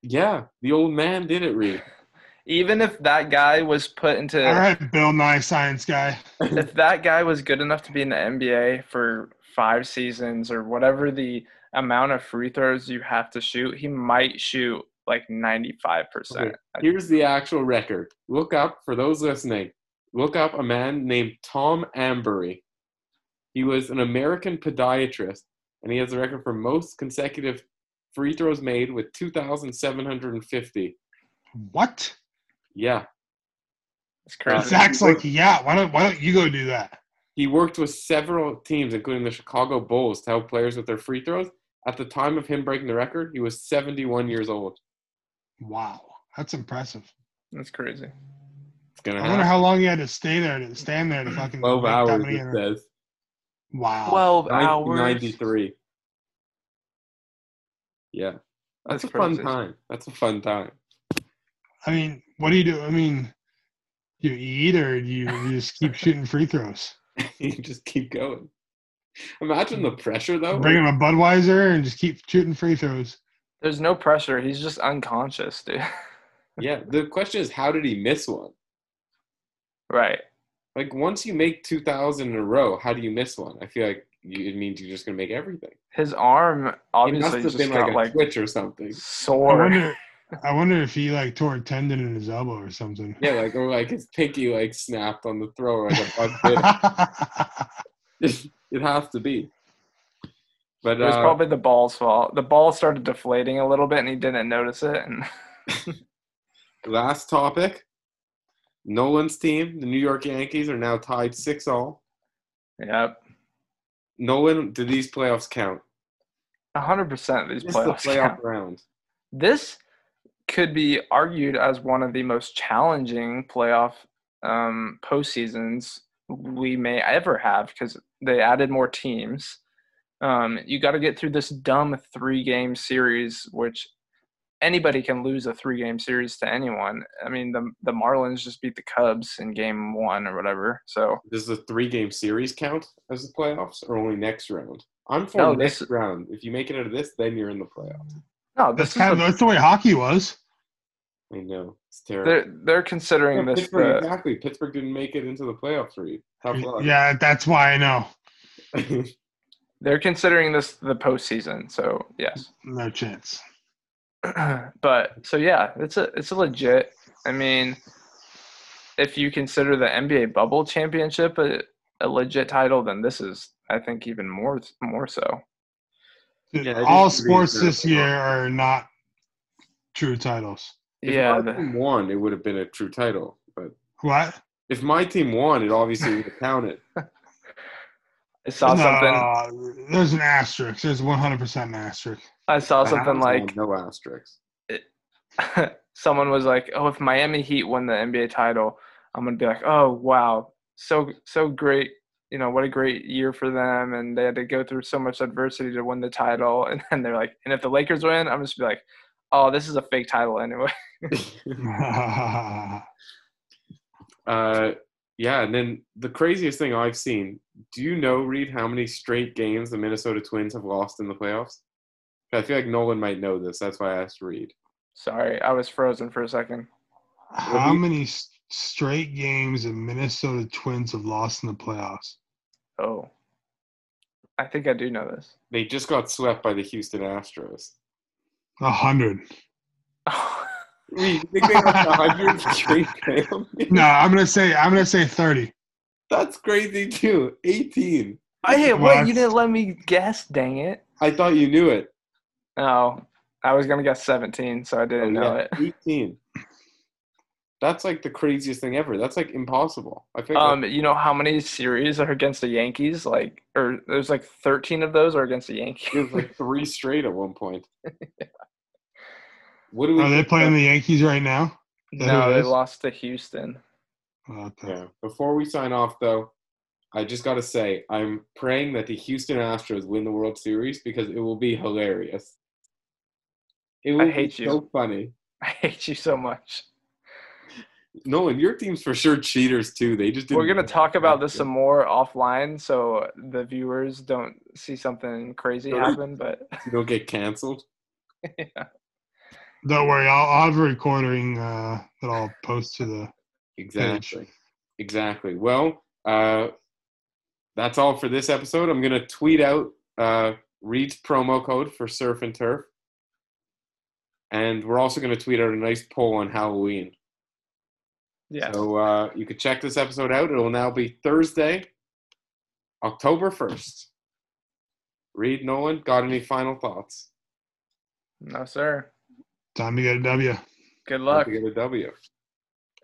S2: yeah, the old man did it, Reed.
S3: even if that guy was put into
S4: All right, Bill Nye, science guy.
S3: if that guy was good enough to be in the NBA for five seasons or whatever the amount of free throws you have to shoot, he might shoot like 95%.
S2: Okay, Here's the actual record. Look up for those listening. Look up a man named Tom Ambury. He was an American podiatrist, and he has the record for most consecutive free throws made with 2,750.
S4: What?
S2: Yeah,
S3: It's crazy.
S4: Zach's like, yeah. Why don't Why don't you go do that?
S2: he worked with several teams, including the Chicago Bulls, to help players with their free throws. At the time of him breaking the record, he was 71 years old.
S4: Wow, that's impressive.
S3: That's crazy.
S2: It's gonna
S4: I wonder
S2: happen.
S4: how long he had to stay there to stand there to fucking
S2: 12
S4: make that
S2: hours,
S4: many
S2: it
S4: inter-
S2: says.
S4: Wow.
S3: 12 hours.
S2: 1993. Yeah. That's,
S3: That's
S2: a fun
S3: crazy.
S2: time. That's a fun time.
S4: I mean, what do you do? I mean, you eat or do you, you just keep shooting free throws?
S2: you just keep going. Imagine the pressure though.
S4: Bring him a Budweiser and just keep shooting free throws.
S3: There's no pressure. He's just unconscious, dude.
S2: Yeah. The question is how did he miss one?
S3: right.
S2: Like once you make two thousand in a row, how do you miss one? I feel like you, it means you're just gonna make everything.
S3: His arm
S2: It must have
S3: obviously just
S2: been like
S3: got
S2: a
S3: like,
S2: twitch or something.
S4: I
S3: sore.
S4: wonder. I wonder if he like tore a tendon in his elbow or something.
S2: Yeah, like or like his pinky like snapped on the thrower like a bug bit. it it has to be. But
S3: It was
S2: uh,
S3: probably the ball's fault. The ball started deflating a little bit and he didn't notice it. And
S2: Last topic. Nolan's team, the New York Yankees, are now tied six all.
S3: yep.
S2: Nolan, do these playoffs count?
S3: 100% of these
S2: This is the
S3: playoffs.
S2: playoff round.
S3: this could be argued as one of the most challenging playoff um, postseasons we may ever have because they added more teams. Um, you got to get through this dumb three game series, which anybody can lose a three game series to anyone. I mean, the, the Marlins just beat the Cubs in game one or whatever. So,
S2: Does the three game series count as the playoffs or only next round? I'm for
S3: No,
S2: next
S3: this-
S2: round. If you make it out of this, then you're in the playoffs.
S3: no, this
S4: that's
S3: is
S4: kind of
S3: the-
S4: that's the way hockey was.
S2: I know. It's terrible.
S3: they're, they're
S2: Yeah,
S3: considering this. uh,
S2: Pittsburgh,
S3: the-
S2: exactly. Pittsburgh didn't make it into the playoffs, Reed. Tough luck.
S4: Yeah, that's why I know.
S3: they're considering this the postseason. So, yes.
S4: No chance.
S3: but so yeah, it's a it's a legit. I mean, if you consider the NBA bubble championship a, a legit title, then this is, I think, even more more so.
S2: Yeah, I
S4: All
S2: just agree
S4: sports
S2: with
S4: this
S2: that.
S4: year are not true titles.
S2: If
S3: yeah,
S2: my
S3: the-
S2: team won, it would have been a true title. But
S4: What?
S2: if my team won, it obviously would have counted.
S3: I saw something.
S4: No, there's an asterisk. There's 100% an asterisk.
S3: I saw
S2: But
S3: something
S2: Allen's
S3: like
S2: won, no asterisks.
S3: someone was like, "Oh, if Miami Heat win the NBA title, I'm gonna be like, oh wow, so so great." You know what a great year for them, and they had to go through so much adversity to win the title. And then they're like, and if the Lakers win, I'm just be like, oh, this is a fake title anyway.
S2: Uh, yeah, and then the craziest thing I've seen. Do you know, Reed, how many straight games the Minnesota Twins have lost in the playoffs? I feel like Nolan might know this. That's why I asked Reed.
S3: Sorry, I was frozen for a second.
S4: How many s- straight games the Minnesota Twins have lost in the playoffs?
S3: Oh, I think I do know this.
S2: They just got swept by the Houston Astros.
S4: A hundred.
S3: Oh,
S2: Reed, you think they lost 100 straight games?
S4: No, I'm gonna say I'm gonna say thirty.
S2: That's crazy, too. 18.
S3: I hit
S4: What?
S3: what? You didn't let me guess. Dang it!
S2: I thought you knew it.
S3: No, I was gonna guess 17, so I didn't
S2: Oh,
S3: know it.
S2: 18. That's like the craziest thing ever. That's like impossible. I think
S3: Um, you know how many series are against the Yankees? Like, or there's like 13 of those are against
S2: it
S3: the
S2: was
S3: Yankees.
S2: like three straight at one point. What do we
S4: Are Oh, they
S2: think
S4: playing
S2: that-
S4: the Yankees right now?
S3: no,
S4: Yeah, there
S2: Mm-hmm.
S3: they
S4: is.
S3: lost to Houston.
S4: What the-
S2: Yeah. Before we sign off, though, I just got to say I'm praying that the Houston Astros win the World Series because it will be hilarious. It will
S3: hate
S2: be
S3: you.
S2: so funny.
S3: I hate you so much.
S2: Nolan, your team's for sure cheaters too. They just didn't
S3: We're gonna talk about this some more offline, so the viewers don't see something crazy
S2: Sorry.
S3: happen. But
S2: You don't get canceled.
S4: Don't worry, I'll, I'll have a recording uh, that I'll post to the.
S2: Exactly. Exactly. Well, uh, that's all for this episode. I'm going to tweet out uh, Reed's promo code for Surf and Turf. And we're also going to tweet out a nice poll on Halloween.
S3: yeah,
S2: So uh, you can check this episode out. It will now be Thursday, October 1st. Reed Nolan, got any final thoughts?
S3: no sir.
S4: Time to get a W.
S3: Good
S2: Hope
S3: luck.
S2: you Get a W.